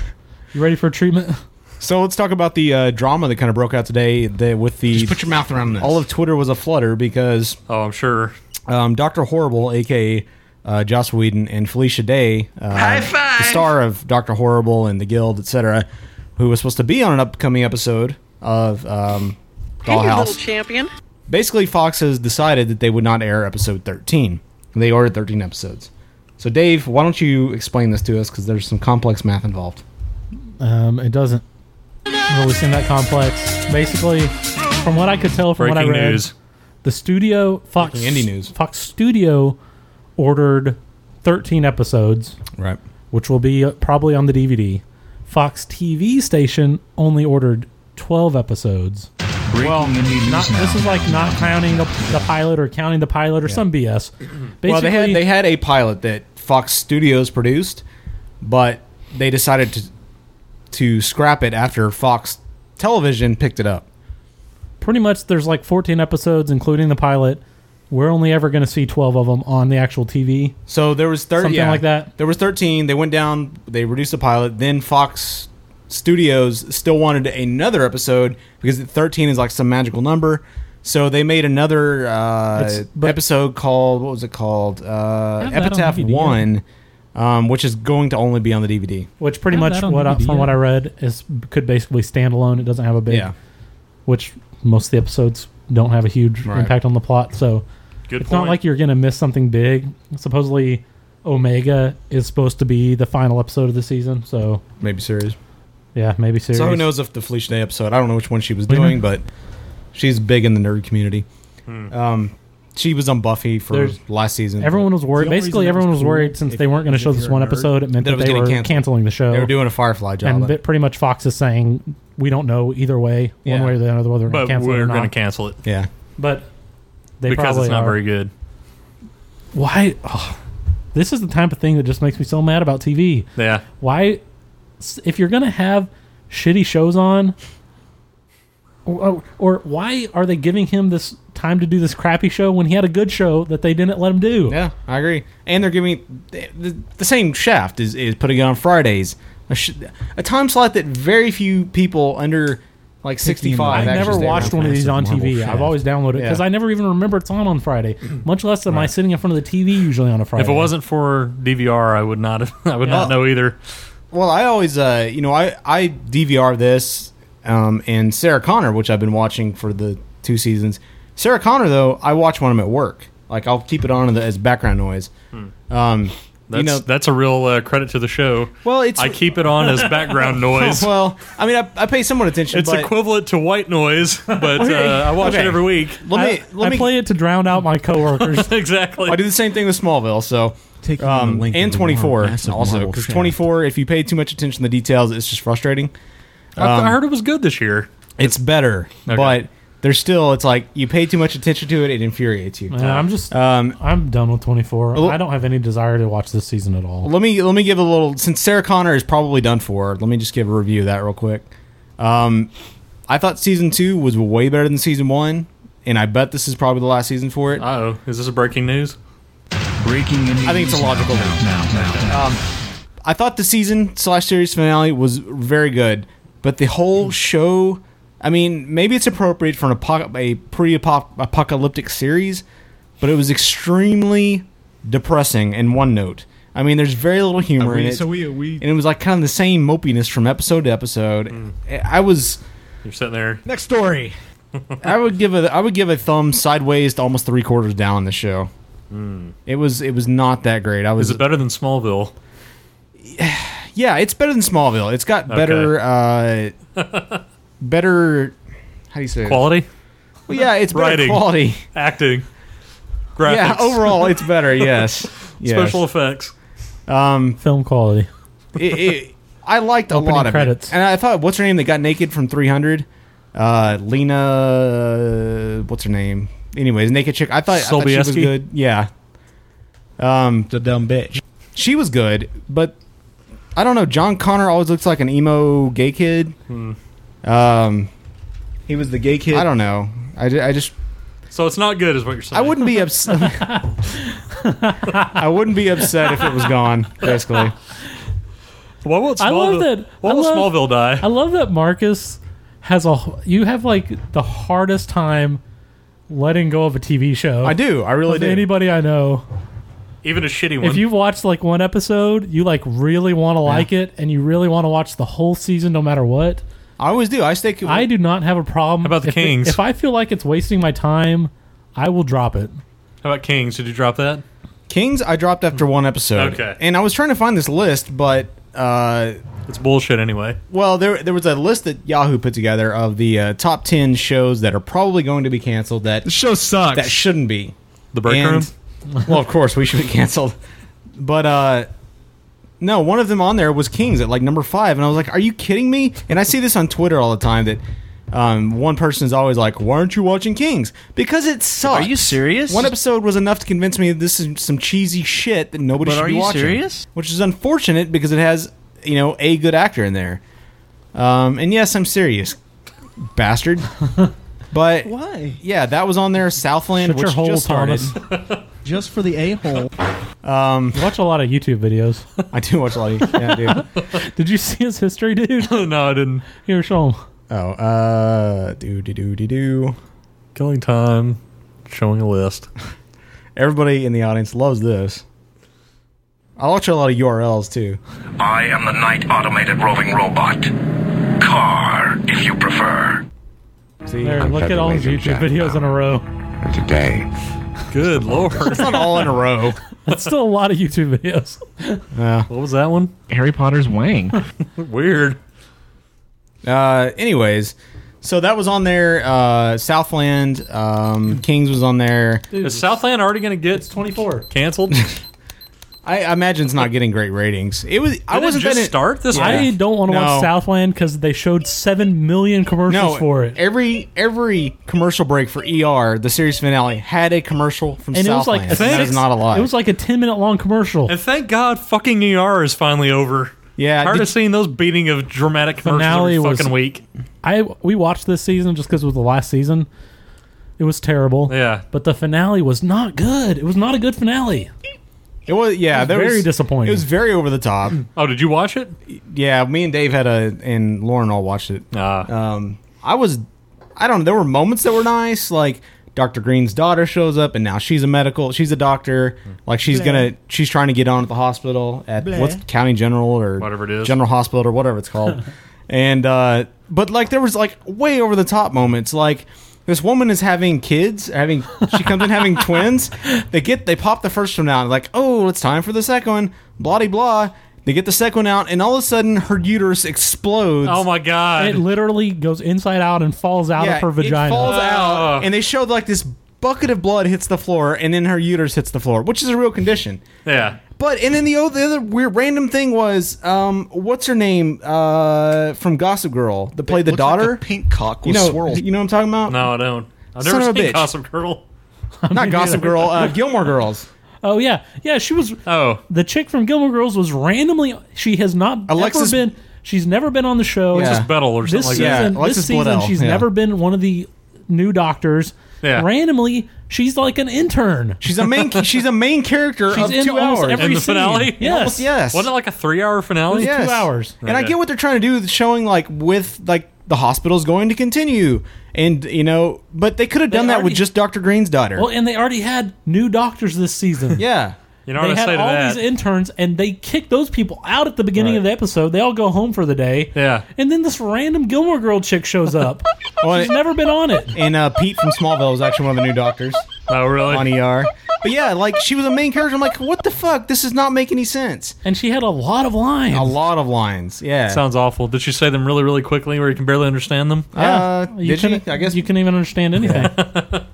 You ready for treatment?
So let's talk about the uh, drama that kind of broke out today. That with the
Just put your mouth around this.
All of Twitter was a flutter because
oh, I'm sure
um, Doctor Horrible, aka uh, Joss Whedon and Felicia Day, uh, the star of Doctor Horrible and the Guild, etc., who was supposed to be on an upcoming episode of um, Dollhouse.
champion.
Basically, Fox has decided that they would not air episode 13. And They ordered 13 episodes. So, Dave, why don't you explain this to us? Because there's some complex math involved.
Um, it doesn't really seem that complex. Basically, from what I could tell from what I
Breaking
read,
news.
the studio Fox
Breaking indie news.
Fox Studio ordered 13 episodes,
right?
Which will be uh, probably on the DVD. Fox TV station only ordered 12 episodes.
well,
Not, this is like not counting the, the pilot or counting the pilot or some BS. Basically,
well, they had they had a pilot that Fox Studios produced, but they decided to to scrap it after Fox Television picked it up.
pretty much there's like 14 episodes including the pilot we're only ever going to see 12 of them on the actual tv
So there was thirty,
Something
yeah,
like that.
There was thirteen. They went down. They reduced the pilot. Then Fox Studios still wanted another episode because thirteen is like some magical number. So they made another uh,
It's- but-
episode called what was it called?
I
Uh,
have that on
Epitaph
DVD.
One, um, which is going to only be on the DVD.
which pretty
I have
much
that on
what I,
DVD,
from
yeah.
what i read is could basically stand alone it doesn't have a big
Yeah.
which most of the episodes don't have a huge
Right.
impact on the plot so
Good
it's not
point.
like you're going to miss something big supposedly omega is supposed to be the final episode of the season so
Maybe series.
yeah maybe series
So who knows if the Felicia Day episode? I don't know which one she was
What do you
doing,
mean?
but she's big in the nerd community. Um, she was on Buffy for
There's-
last season.
Everyone was worried. Basically, everyone was worried since they weren't going to show this one episode. It meant
That it
that,
was
they
getting
were
canceled.
canceling the show.
They were doing a Firefly job
and
on
bit- pretty much Fox is saying we don't know either way, one
Yeah.
way or the other, whether we're going
But
to cancel it
we're
or
going to
not.
cancel it.
Yeah.
But they
because
probably
it's not
are.
very good.
Why? ugh. this is the type of thing that just makes me so mad about TV.
Yeah.
Why? s- If you're going to have shitty shows on, or, or why are they giving him this time to do this crappy show when he had a good show that they didn't let him do?
Yeah, I agree. And they're giving the, the same shaft is, is putting it on Fridays, a, sh- a time slot that very few people under like sixty five.
I've never watched one of these on TV. I've always downloaded it because I never even remember it's on on Friday. Much less am I sitting in front of the TV usually on a Friday.
If it wasn't for DVR, I would not. I would not
Yeah.
know either.
Well, I always, uh, you know, I, I DVR this um, and Sarah Connor, which I've been watching for the two seasons. Sarah Connor, though, I watch when I'm at work. Like I'll keep it on the, as background noise. Um,
That's
you know,
that's a real uh, credit to the show.
Well, it's
I keep it on as background noise.
well, I mean, I, I pay somewhat attention.
it's
but,
equivalent to white noise, but uh, I watch it
Okay.
every week.
Let me
I,
let
I
me
play it to drown out my coworkers.
exactly.
I do the same thing with Smallville. So take
on the length
and
of a
twenty four
long, massive
also
marble
because
shaft.
twenty four. If you pay too much attention to the details, it's just frustrating.
I, I heard it was good this year.
It's better, but there's still it's like you pay too much attention to it, it infuriates you. Um,
Uh, I'm just, I'm done with 24. I don't have any desire to watch this season at all.
Let me let me give a little since Sarah Connor is probably done for. Let me just give a review of that real quick. Um, I thought season two was way better than season one, and I bet this is probably the last season for it.
Uh oh. Is this a breaking news?
Breaking news.
I think it's a logical
now, now, now, now.
Um, I thought the season slash series finale was very good, but the whole show. I mean, maybe it's appropriate for an apo- a pre-apocalyptic series, but it was extremely depressing and one note. I mean, there's very little humor
Are we-
in it.
so we- we-
and it was like kind of the same mopiness from episode to episode. I was
You're sitting there.
next story. I would give a I would give a thumb sideways to almost three quarters down on the show.
Mm.
It was it was not that great. I was
Is it better than Smallville?
yeah, it's better than Smallville. It's got better uh, better how do you say it?
Quality?
Well, yeah, it's better
Writing,
quality.
Acting. Graphics.
Yeah, overall it's better. Yes, yes.
Special effects.
Um,
film quality.
it, it, I liked a
Opening
lot of
credits.
it, and I thought, what's her name that got naked from 300? Uh, Lena, uh, what's her name? Anyways, naked chick. I thought, I thought she was
Sobieski?
good. Yeah, um, the dumb bitch. She was good, but I don't know. John Connor always looks like an emo gay kid.
Hmm.
Um, he was the gay kid. I don't know. I, ju- I just
So it's not good, is what you're saying.
I wouldn't be upset. I wouldn't be upset if it was gone. Basically.
Why won't Smallville,
I love that.
Why
I
won't
love-
Smallville die?
I love that Marcus has a. h- You have like the hardest time letting go of a TV show.
I do. I really
Of
do.
Anybody I know.
Even a shitty one.
If you've watched like one episode, you like really want to like it, and you really want to watch the whole season, no matter what.
I always do. I stay.
I do not have a problem.
about the
if it-
Kings?
if I feel like it's wasting my time, I will drop it.
How about Kings? Did you drop that?
Kings, I dropped after one episode.
Okay.
And I was trying to find this list, but uh,
it's bullshit anyway.
Well, there there was a list that Yahoo put together of the uh, top ten shows that are probably going to be canceled. That the show sucks. That shouldn't be.
The Break Room?
Well, of course we should be canceled. But uh, no, one of them on there was Kings at like number five, and I was like, "Are you kidding me?" And I see this on Twitter all the time that. Um, one person is always like, "Why aren't you watching Kings?" Because it sucks.
Are you serious?
One episode was enough to convince me that this is some cheesy shit that nobody
But
should
are
be
you
watching.
serious?
Which is unfortunate because it has you know a good actor in there. Um, and yes, I'm serious, bastard. But why? Yeah, that was on there. Southland,
Shut
which
your hole,
just started.
Thomas.
just for the a hole. Um,
watch a lot of YouTube videos.
I do watch a lot. Of, yeah, I do.
Did you see his history, dude?
no, I didn't.
Here, show him.
Oh, uh, do do do do do.
Killing time, showing a list.
Everybody in the audience loves this. I watch a lot of URLs too.
I am the night automated roving robot. Car, if you prefer.
See,
There, look at all his YouTube videos in a row.
And today.
Good lord.
It's not all in a
row.
That's still a lot of YouTube videos.
What was that one?
Harry Potter's Wang.
Weird.
Uh, anyways, so that was on there. Uh, Southland, um, Kings was on there.
Is Southland already going to get it's
24
canceled?
I, I imagine it's not getting great ratings. It was. I
Did it
wasn't
just
that in-
start this
I
Yeah.
don't want to
No.
watch Southland because they showed seven million commercials
No,
for it,
every every commercial break for ER, the series finale had a commercial from
and it was
Southland.
like
and that is not a lot.
It was like a ten minute long commercial.
and thank God fucking ER is finally over.
Yeah,
Tired
did-
of seeing those beating of dramatic commercials
Finale
every
was
fucking week.
I we watched this season just because it was the last season. It was terrible.
Yeah.
but the finale was not good. It was not a good finale.
It was yeah,
It was
there
very
was-
disappointing.
It was very over the top.
Oh, did you watch it?
Yeah, me and Dave had a and Lauren all watched it.
Uh,
Um, I was, I don't know. There were moments that were nice, like Doctor Green's daughter shows up, and now she's a medical, she's a doctor. Like she's
Bleh.
gonna, she's trying to get on at the hospital at
Bleh.
what's County General or
Whatever it is.
General Hospital or whatever it's called. and uh, but like there was like way over the top moments, like. This woman is having kids, having she comes in having twins. They get they pop the first one out, like, oh, it's time for the second one, blah de blah. They get the second one out, and all of a sudden her uterus explodes.
Oh my god!
It literally goes inside out and falls out
Yeah,
of her vagina.
It falls out, and they showed like this bucket of blood hits the floor, and then her uterus hits the floor, which is a real condition.
Yeah.
But and then the other, the other weird random thing was, um, what's her name uh, from Gossip Girl that played the daughter? pink cock you
with
know,
swirls.
You know what I'm talking about?
No, I don't. I've
Son
never
of a
seen
bitch.
Gossip Girl.
Not Gossip Girl. Uh, Gilmore Girls.
Oh yeah, yeah. She was.
Oh,
the chick from Gilmore Girls was randomly. She has not
Alexis-
ever been. She's never been on the show.
Alexis Yeah. Bledel or something
this
like that.
season,
Yeah,
This
Alexis
season,
Bledel,
she's
yeah.
never been one of the new doctors.
Yeah.
Randomly, she's like an intern.
She's a main. she's a main character
She's
of
in
two
almost
hours.
every
in the finale?
Yes. Almost, yes.
Wasn't it like a three hour finale?
Yes. And I
Okay.
get what they're trying to do, with showing like with like the hospital's going to continue, and you know, but they could have done that with just Doctor Green's daughter.
Well, and they already had new doctors this season.
yeah.
You know
they
what I
had
say to
all
that?
these interns, and they kick those people out at the beginning of the episode. They all go home for the day.
Yeah.
And then this random Gilmore Girl chick shows up. She's never been on it.
and uh, Pete from Smallville was actually one of the new doctors.
Oh, really?
On ER. But yeah, like she was a main character. I'm like, what the fuck? This does not make any sense.
And she had a lot of lines.
A lot of lines. Yeah.
Sounds awful. Did she say them really, really quickly where you can barely understand them?
Yeah, you
Uh, did
couldn't-
she? I guess-
you couldn't even understand anything. and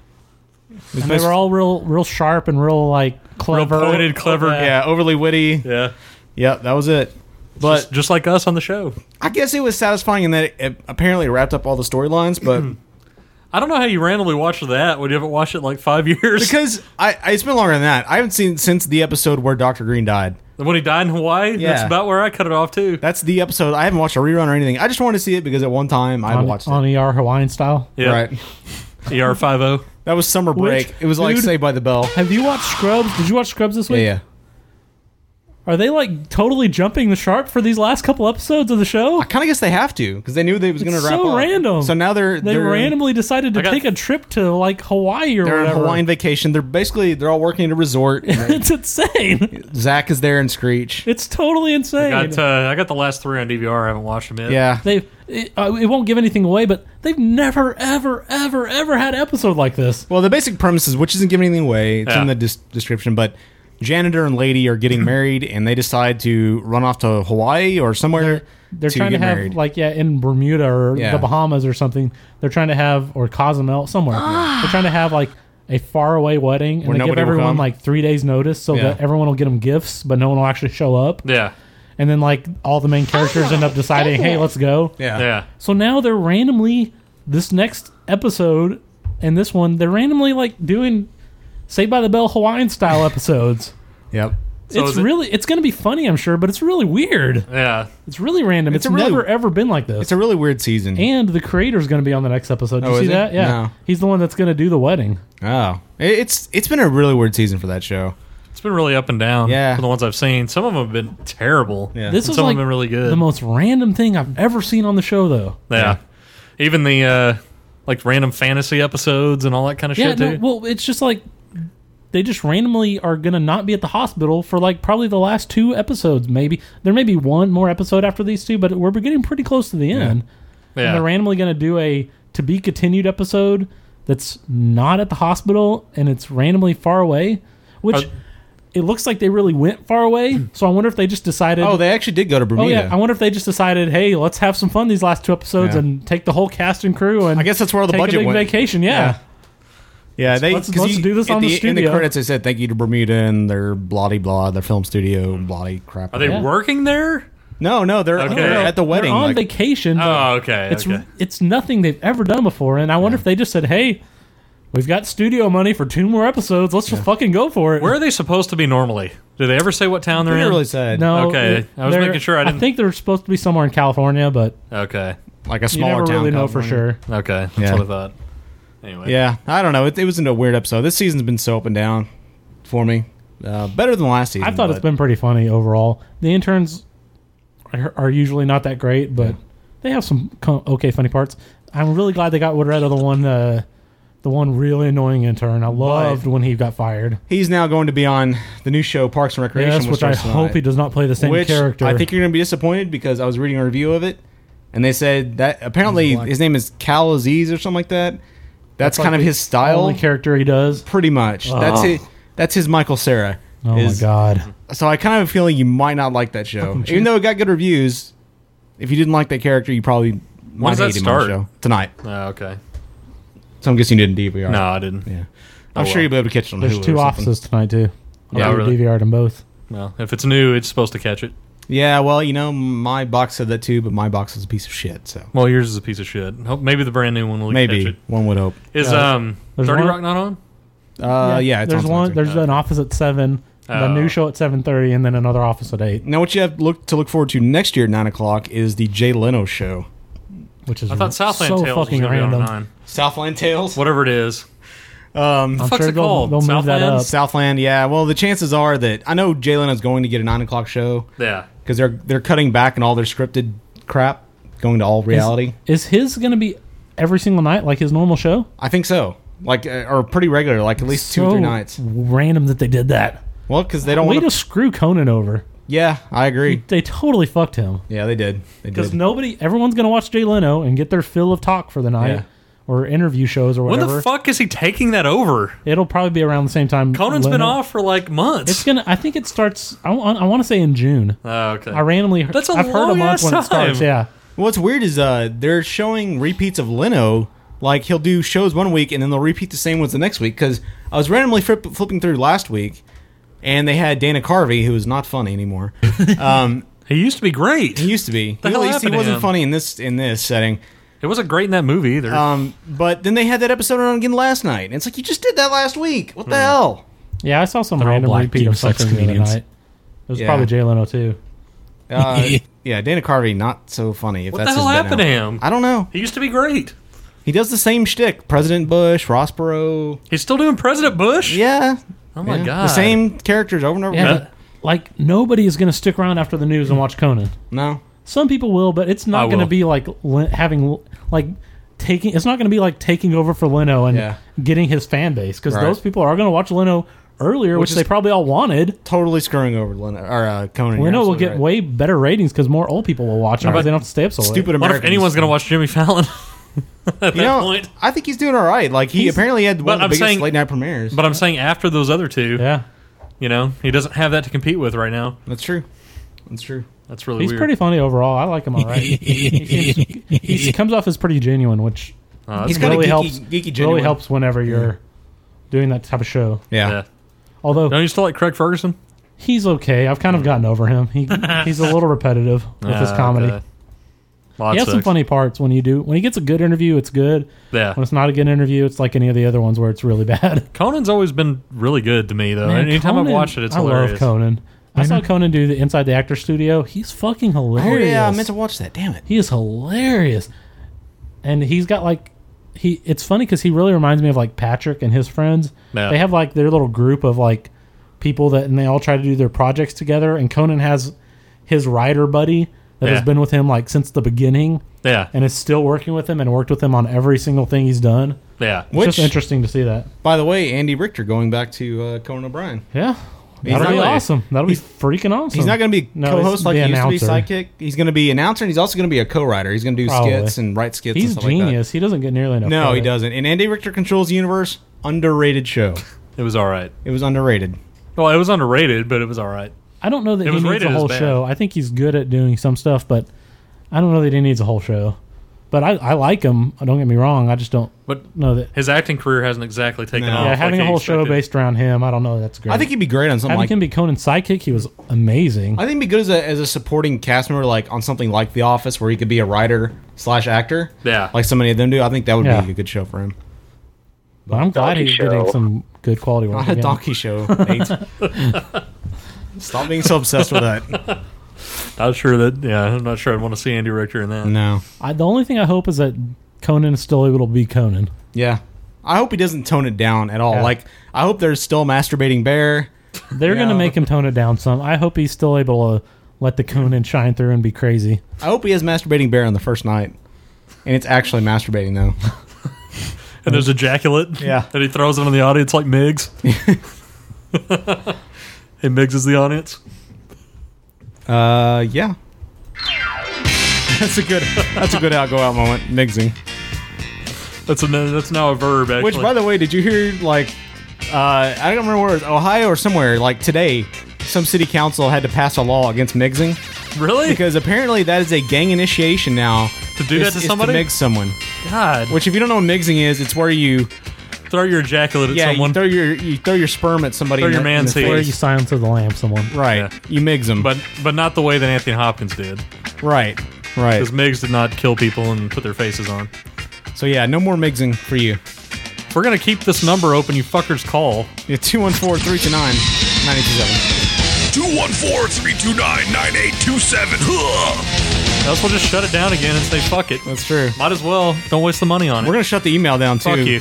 they were all real, real sharp and real like clever,
pointed, clever.
Yeah, overly witty.
Yeah.
Yep, that was it. But just,
like us on the show.
I guess it was satisfying in that it, it apparently wrapped up all the storylines, but
I don't know how you randomly watched that. Would you haven't watched it in like five years?
because I, I it's been longer than that. I haven't seen since the episode where Doctor Green died.
when he died in Hawaii,
Yeah.
that's about where I cut it off too.
That's the episode. I haven't watched a rerun or anything. I just wanted to see it because at one time I
on,
watched
on ER Hawaiian style.
it. Right.
ER five O.
That was summer break. it was like
dude,
Saved by the Bell.
Have you watched Scrubs? Did you watch Scrubs this week?
yeah.
Are they like totally jumping the shark for these last couple episodes of the show? I
kind of guess they have to because they knew they was going to wrap
so
up.
random.
So now they're
They
they're,
randomly decided to take a trip to like Hawaii or
they're on
whatever.
Hawaiian vacation. They're basically they're all working at a resort.
it's insane.
Zach is there and Screech.
It's totally
I
insane.
got, uh, I got the last three on DVR. I haven't watched them yet.
they've. It, uh, it won't give anything away, but they've never, ever, ever, ever had an episode like this.
Well, the basic premise is which isn't giving anything away. It's
Yeah.
in the dis- description, but janitor and lady are getting married, and they decide to run off to Hawaii or somewhere.
They're trying to
get
have
married.
like yeah in Bermuda or
Yeah.
the Bahamas or something. They're trying to have or Cozumel somewhere.
Ah.
They're trying to have like a faraway wedding and
Where
they give
nobody will
everyone
come.
like three days notice so
Yeah.
that everyone will get them gifts, but no one will actually show up.
Yeah.
And then like all the main characters end up deciding, hey, let's go.
Yeah. Yeah.
So now they're randomly this next episode and this one they're randomly like doing Saved by the Bell Hawaiian style episodes.
Yep.
So
it's
is it-
really it's going to be funny, I'm sure, but it's really weird.
Yeah.
It's really random. It's,
It's a really-
never ever been like this.
It's a really weird season.
And the creator's going to be on the next episode. Did
Oh,
you see
is he?
that? Yeah.
No.
He's the one that's going to do the wedding.
Oh, It- it's it's been a really weird season for that show.
It's been really up and down.
Yeah.
For the ones I've seen, some of them have been terrible. Yeah.
This is
some
like
have been really good.
the most random thing I've ever seen on the show, though.
yeah. Even the uh, like random fantasy episodes and all that kind of
Yeah,
shit
no,
too.
well, it's just like they just randomly are going to not be at the hospital for like probably the last two episodes, maybe. There may be one more episode after these two, but we're getting pretty close to the end.
Yeah.
And they're randomly going to do a to be continued episode that's not at the hospital and it's randomly far away, which
Are-
it looks like they really went far away. so I wonder if they just decided.
Oh, they actually did go to
Oh
Bermuda.
yeah, I wonder if they just decided, hey, let's have some fun these last two episodes
Yeah.
and take the whole cast and crew and I
guess that's where all the
take
budget
a big
went.
vacation.
Yeah.
Yeah,
Yeah, they
Let's-
'cause
let's do this
at
on the
In the
studio.
credits, they said thank you to Bermuda and their bloody blah, their film studio,
Mm-hmm.
bloody crap.
Are they working there?
No, no, they're
Okay.
they're at the wedding.
They're on
like-
vacation. but
Oh, okay,
It's
okay.
it's nothing they've ever done before, and I wonder if they just said, "Hey, we've got studio money for two more episodes. Let's just fucking go for it."
Where are they supposed to be normally? Do they ever say what town they're
They
in?
really
said
No.
Okay, I was
they're-
making sure I didn't.
think they're supposed to be somewhere in California, but
okay,
like a
you never really know for sure.
Okay, that's
Yeah.
what I thought. Anyway,
Yeah, I don't know. It, it was a weird episode. This season's been so up and down for me. Uh, better than last season.
I thought
but-
it's been pretty funny overall. The interns are, are usually not that great, but they have some co- okay funny parts. I'm really glad they got rid of the one, uh, the one really annoying intern. I loved when he got fired.
He's now going to be on the new show Parks and Recreation,
Yes, which I
starts
hope
tonight.
he does not play the same
Which
character.
I think you're going to be disappointed because I was reading a review of it, and they said that apparently his name is Cal Aziz or something like that. That's,
That's like
kind of
the
his style.
only character he does.
Pretty much. That's
Ugh.
it. That's his Michael Sarah.
Oh my god!
So I kind of have a feeling you might not like that show,
Fucking
even though it got good reviews. If you didn't like that character, you probably might
does that
hate him on the
start?
show tonight.
Oh, okay.
So I'm guessing you didn't DVR.
No, I didn't.
Yeah,
Oh,
I'm
well.
sure you'll be able to catch it on
There's
Hulu or
two
something.
offices tonight too.
Yeah,
Yeah,
really.
DVR them both.
Well, if it's new, it's supposed to catch it.
Yeah, well, you know, my box said that too, but my box is a piece of shit. So
Well, yours is a piece of shit. Hope maybe the brand new one will
maybe
catch it.
one would hope.
Is
Yeah.
um
There's
Thirty
one-
Rock not on?
Uh, yeah, it's
there's
on
one. There's an office at seven, the
Oh.
new show at seven thirty, and then another office at eight,
now what you have look to look forward to next year at nine o'clock is the Jay Leno show.
which is
I thought Southland
so
Tales was
fucking
gonna be on
random.
nine.
Southland Tales,
whatever it is.
Um,
The fuck's it called? Southland?
Southland. Yeah. Well, the chances are that I know Jalen is going to get a nine o'clock show.
Yeah.
Because they're they're cutting back on all their scripted crap, going to all reality.
Is, is his going to be every single night like his normal show?
I think so. Like uh, or pretty regular, like at least two or
So
three nights.
Random that they did that.
Well, because they don't
Way
want
to screw Conan over.
Yeah, I agree.
They totally fucked him.
Yeah, they did. They
Because
did.
nobody, everyone's going to watch Jay Leno and get their fill of talk for the night
Yeah.
or interview shows or
When
whatever.
the fuck is he taking that over?
It'll probably be around the same time.
Conan's
Conan's
been off for like months.
It's gonna. I think it starts. I, wa- I want to say in June.
Oh, okay.
I randomly. heard-
That's a
I've heard a
long
month
ass
when it starts.
time.
Yeah.
What's weird is uh they're showing repeats of Leno. Like he'll do shows one week and then they'll repeat the same ones the next week. Because I was randomly flip, flipping through last week, and they had Dana Carvey, who is not funny anymore. Um,
he used to be great.
He used to be.
The
he,
hell
at least he
happened to
wasn't
him?
funny in this in this setting.
It wasn't great in that movie either.
Um, but then they had that episode on again last night. And it's like you just did that last week. What
Hmm.
the hell?
Yeah, I saw some
They're all
random
black
repeat
dude
of
sex
something the other
comedians.
night. It was
Yeah.
probably Jay Leno too.
Uh, yeah, Dana Carvey not so funny. If
What the
that's
hell
his bit
happened
now.
to him?
I don't know.
He used to be great.
He does the same shtick. President Bush, Ross Perot.
He's still doing President Bush.
Yeah.
Oh my
Yeah.
god.
The same characters over and over.
Yeah,
again.
but, like nobody is going to stick around after the news and watch Conan.
No,
some people will, but it's
I
not
will.
going to be like Lin- having like taking. It's not going to be like taking over for Leno and
Yeah.
getting his fan base because
Right.
those people are going to watch Leno earlier, which,
Which is-
they probably all wanted.
Totally screwing over Leno or uh, Conan. you're
Leno will
absolutely
get
right.
way better ratings because more old people will watch it
How
because
about
they don't have to stay up so late.
stupid
What if anyone's going to watch Jimmy Fallon?
you know, I think he's doing all right. Like he
He's-
apparently had
but
one of the
I'm
biggest
saying-
late night premieres.
But I'm saying after those other two,
yeah,
you know, he doesn't have that to compete with right now.
That's true. That's true.
That's really
He's
weird.
pretty funny overall. I like him all right. he, seems- he comes off as pretty genuine, which
Uh, that's
he's
He's kinda
really
geeky-
helps.
geeky
really
genuine.
helps whenever you're doing that type of show.
Yeah.
Although
don't you still like Craig Ferguson?
He's okay. I've kind of gotten over him. He he's a little repetitive with his
Ah,
comedy.
okay. Well, that
he has some
sucks.
funny parts when you do when he gets a good interview, it's good.
Yeah.
When it's not a good interview, it's like any of the other ones where it's really bad.
Conan's always been really good to me though.
Man,
Oh, Anytime
Conan-
I've watched it, it's
I
hilarious.
love Conan. I
I
saw
know.
Conan do the Inside the Actor Studio. He's fucking
Oh
hilarious.
yeah, I meant to watch that. Damn it.
He is hilarious, and he's got like he. It's funny because he really reminds me of like Patrick and his friends.
Yeah.
They have like their little group of like people that, and they all try to do their projects together. And Conan has his writer buddy that
Yeah.
has been with him like since the beginning.
Yeah.
and is still working with him and worked with him on every single thing he's done.
Yeah.
it's
Which-
just interesting to see that.
By the way, Andy Richter going back to uh, Conan O'Brien.
Yeah,
He's
that'll be
not-
awesome. That'll be freaking awesome.
He's not going to be
Oh. No, he's
co-host like
the
he used to
announcer.
be. Sidekick. He's going to be announcer, and he's also going to be a co-writer. He's going to do
Probably.
skits and write skits.
He's
and stuff Like
genius. he doesn't get nearly
that.
enough.
No, he
credit.
doesn't. And Andy Richter controls the universe. Underrated show.
It was all right.
It was underrated.
Well, it was underrated, but it was all right.
I don't know that
It
he
was
needs
rated
a
as
whole
bad.
show. I think he's good at doing some stuff, but I don't know that he needs a whole show. But I, I like him. Don't get me wrong. I just don't
But
know that.
His acting career hasn't exactly taken
Yeah,
off.
having
like
a
he
whole show
expected.
based around him, I don't know. That's great.
I think he'd be great on something
Having
like.
him be Conan's sidekick, he was amazing.
I think he'd be good as a, as a supporting cast member, like on something like The Office, where he could be a writer slash actor.
Yeah.
like so many of them do. I think that would
Yeah.
be a good show for him.
But I'm glad he's getting some good quality work.
Not a
again.
donkey show, Nate. Stop being so obsessed with that.
I'm sure that yeah, I'm not sure I'd want to see Andy Richter in that.
No.
I, the only thing I hope is that Conan is still able to be Conan.
Yeah, I hope he doesn't tone it down at all. Like I hope there's still masturbating bear.
They're
You
going to
know.
make him tone it down some. I hope he's still able to let the Conan shine through and be crazy.
I hope he has masturbating bear on the first night, and it's actually masturbating though.
And there's ejaculate.
Yeah.
That he throws into the audience like Miggs. and Miggs is the audience.
Uh, yeah. That's a good. That's a good out go out moment. Mixing.
That's a that's now a verb. Actually.
Which, by the way, did you hear like uh, I don't remember where it was, Ohio or somewhere like today, some city council had to pass a law against mixing.
Really?
Because apparently that is a gang initiation now
To do that
is-
to
is
somebody?
to mix someone.
God.
Which, if you don't know what mixing is, it's where you
throw your ejaculate at
yeah,
someone.
You throw your you throw your sperm at somebody.
Throw
in
your
the- in
man
the
seed.
Where
face.
you silence of the lamb someone.
Right. You Miggs them.
But but not the way that Anthony Hopkins did.
Right. Right.
Because Miggs did not kill people and put their faces on.
So yeah, no more mixing for you.
We're gonna keep this number open. You fuckers call.
Yeah, 214-329-987.
214-329-9827. Huh.
Else we'll just shut it down again and say fuck it.
That's true.
Might as well. Don't waste the money on it.
We're gonna shut the email down too.
Fuck you.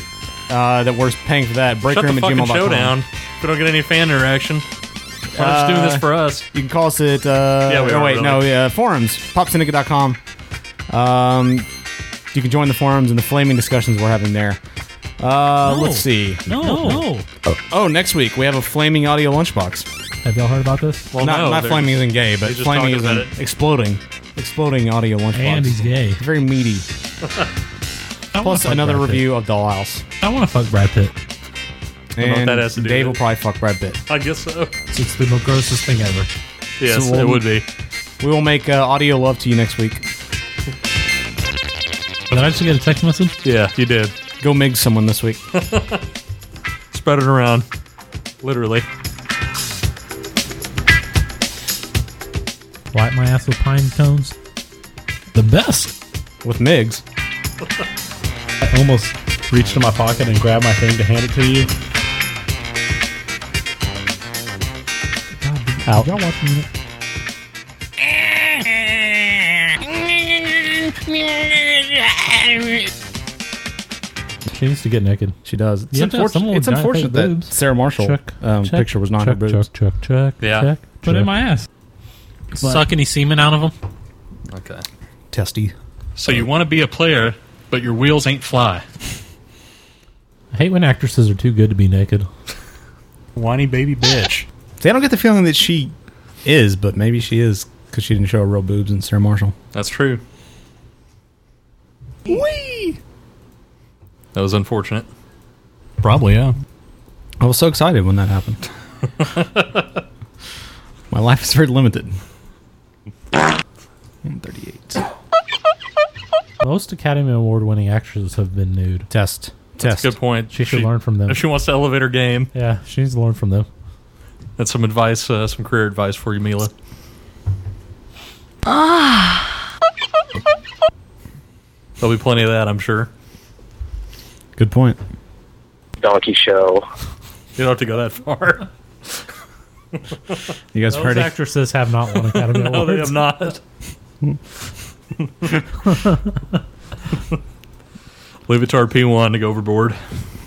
uh, that we're paying for that.
Shut the
Breakroom at
fucking
gmail.com.
show down. If we don't get any fan interaction, we're just doing this
Uh,
for us.
You can call us at uh,
Yeah, we
no,
are,
wait,
really.
no, yeah, forums, popsyndicate.com. Um, you can join the forums and the flaming discussions we're having there. Uh,
No.
let's see.
No, no.
Oh. oh, next week we have a flaming audio lunchbox.
Have y'all heard about this?
not, not flaming isn't gay, but flaming is
an
an exploding, exploding audio lunchbox.
And he's gay.
Very meaty. Plus another review of Dollhouse.
I want to fuck Brad Pitt.
don't know what
And
that has to do
Dave
with
will probably fuck Brad Pitt.
I guess so.
It's the most grossest thing ever.
Yes, it would be.
We will make uh, audio love to you next week.
Did I actually get a text message?
Yeah, you did.
Go mig someone this week.
Spread it around. Literally.
Light my ass with pine cones. The best.
With Migs.
I almost reached in my pocket and grabbed my thing to hand it to you.
Out.
Y'all watching it? She needs to get naked.
She does. It's,
You have to have
unfortunate-
someone
it's
with giant
unfortunate
fake
that
boobs.
Sarah Marshall
Check,
um,
check,
picture was not
check,
her boobs.
Check, check, check,
Yeah.
check. Put it in
Check.
my ass.
Suck
any semen out of them.
Okay.
Testy.
So you want to be a player, but your wheels ain't fly.
I hate when actresses are too good to be naked.
Whiny baby bitch.
See, I don't get the feeling that she is, but maybe she is because she didn't show her real boobs in Sarah Marshall.
That's true.
Whee!
That was unfortunate.
Probably, yeah.
I was so excited when that happened. My life is very limited.
Most Academy Award winning actresses have been nude.
Test.
That's a good point.
She should learn from them.
If she wants to elevate her game,
Yeah, she needs to learn from them.
that's some advice, uh, some career advice for you, Mila.
Ah.
There'll be plenty of that, I'm sure.
Good point.
Donkey Show.
You don't have to go that far.
You guys
Those
heard it?
actresses have not won Academy Awards.
no, they have not. Leave it to our P1 to go overboard.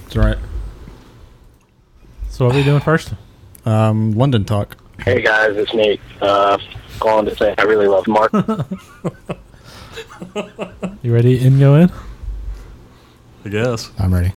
That's right.
So what are we doing first?
Um, London talk.
Hey guys, it's Nate. Uh, calling to say I really love Mark.
You ready? In go in.
I guess.
I'm ready.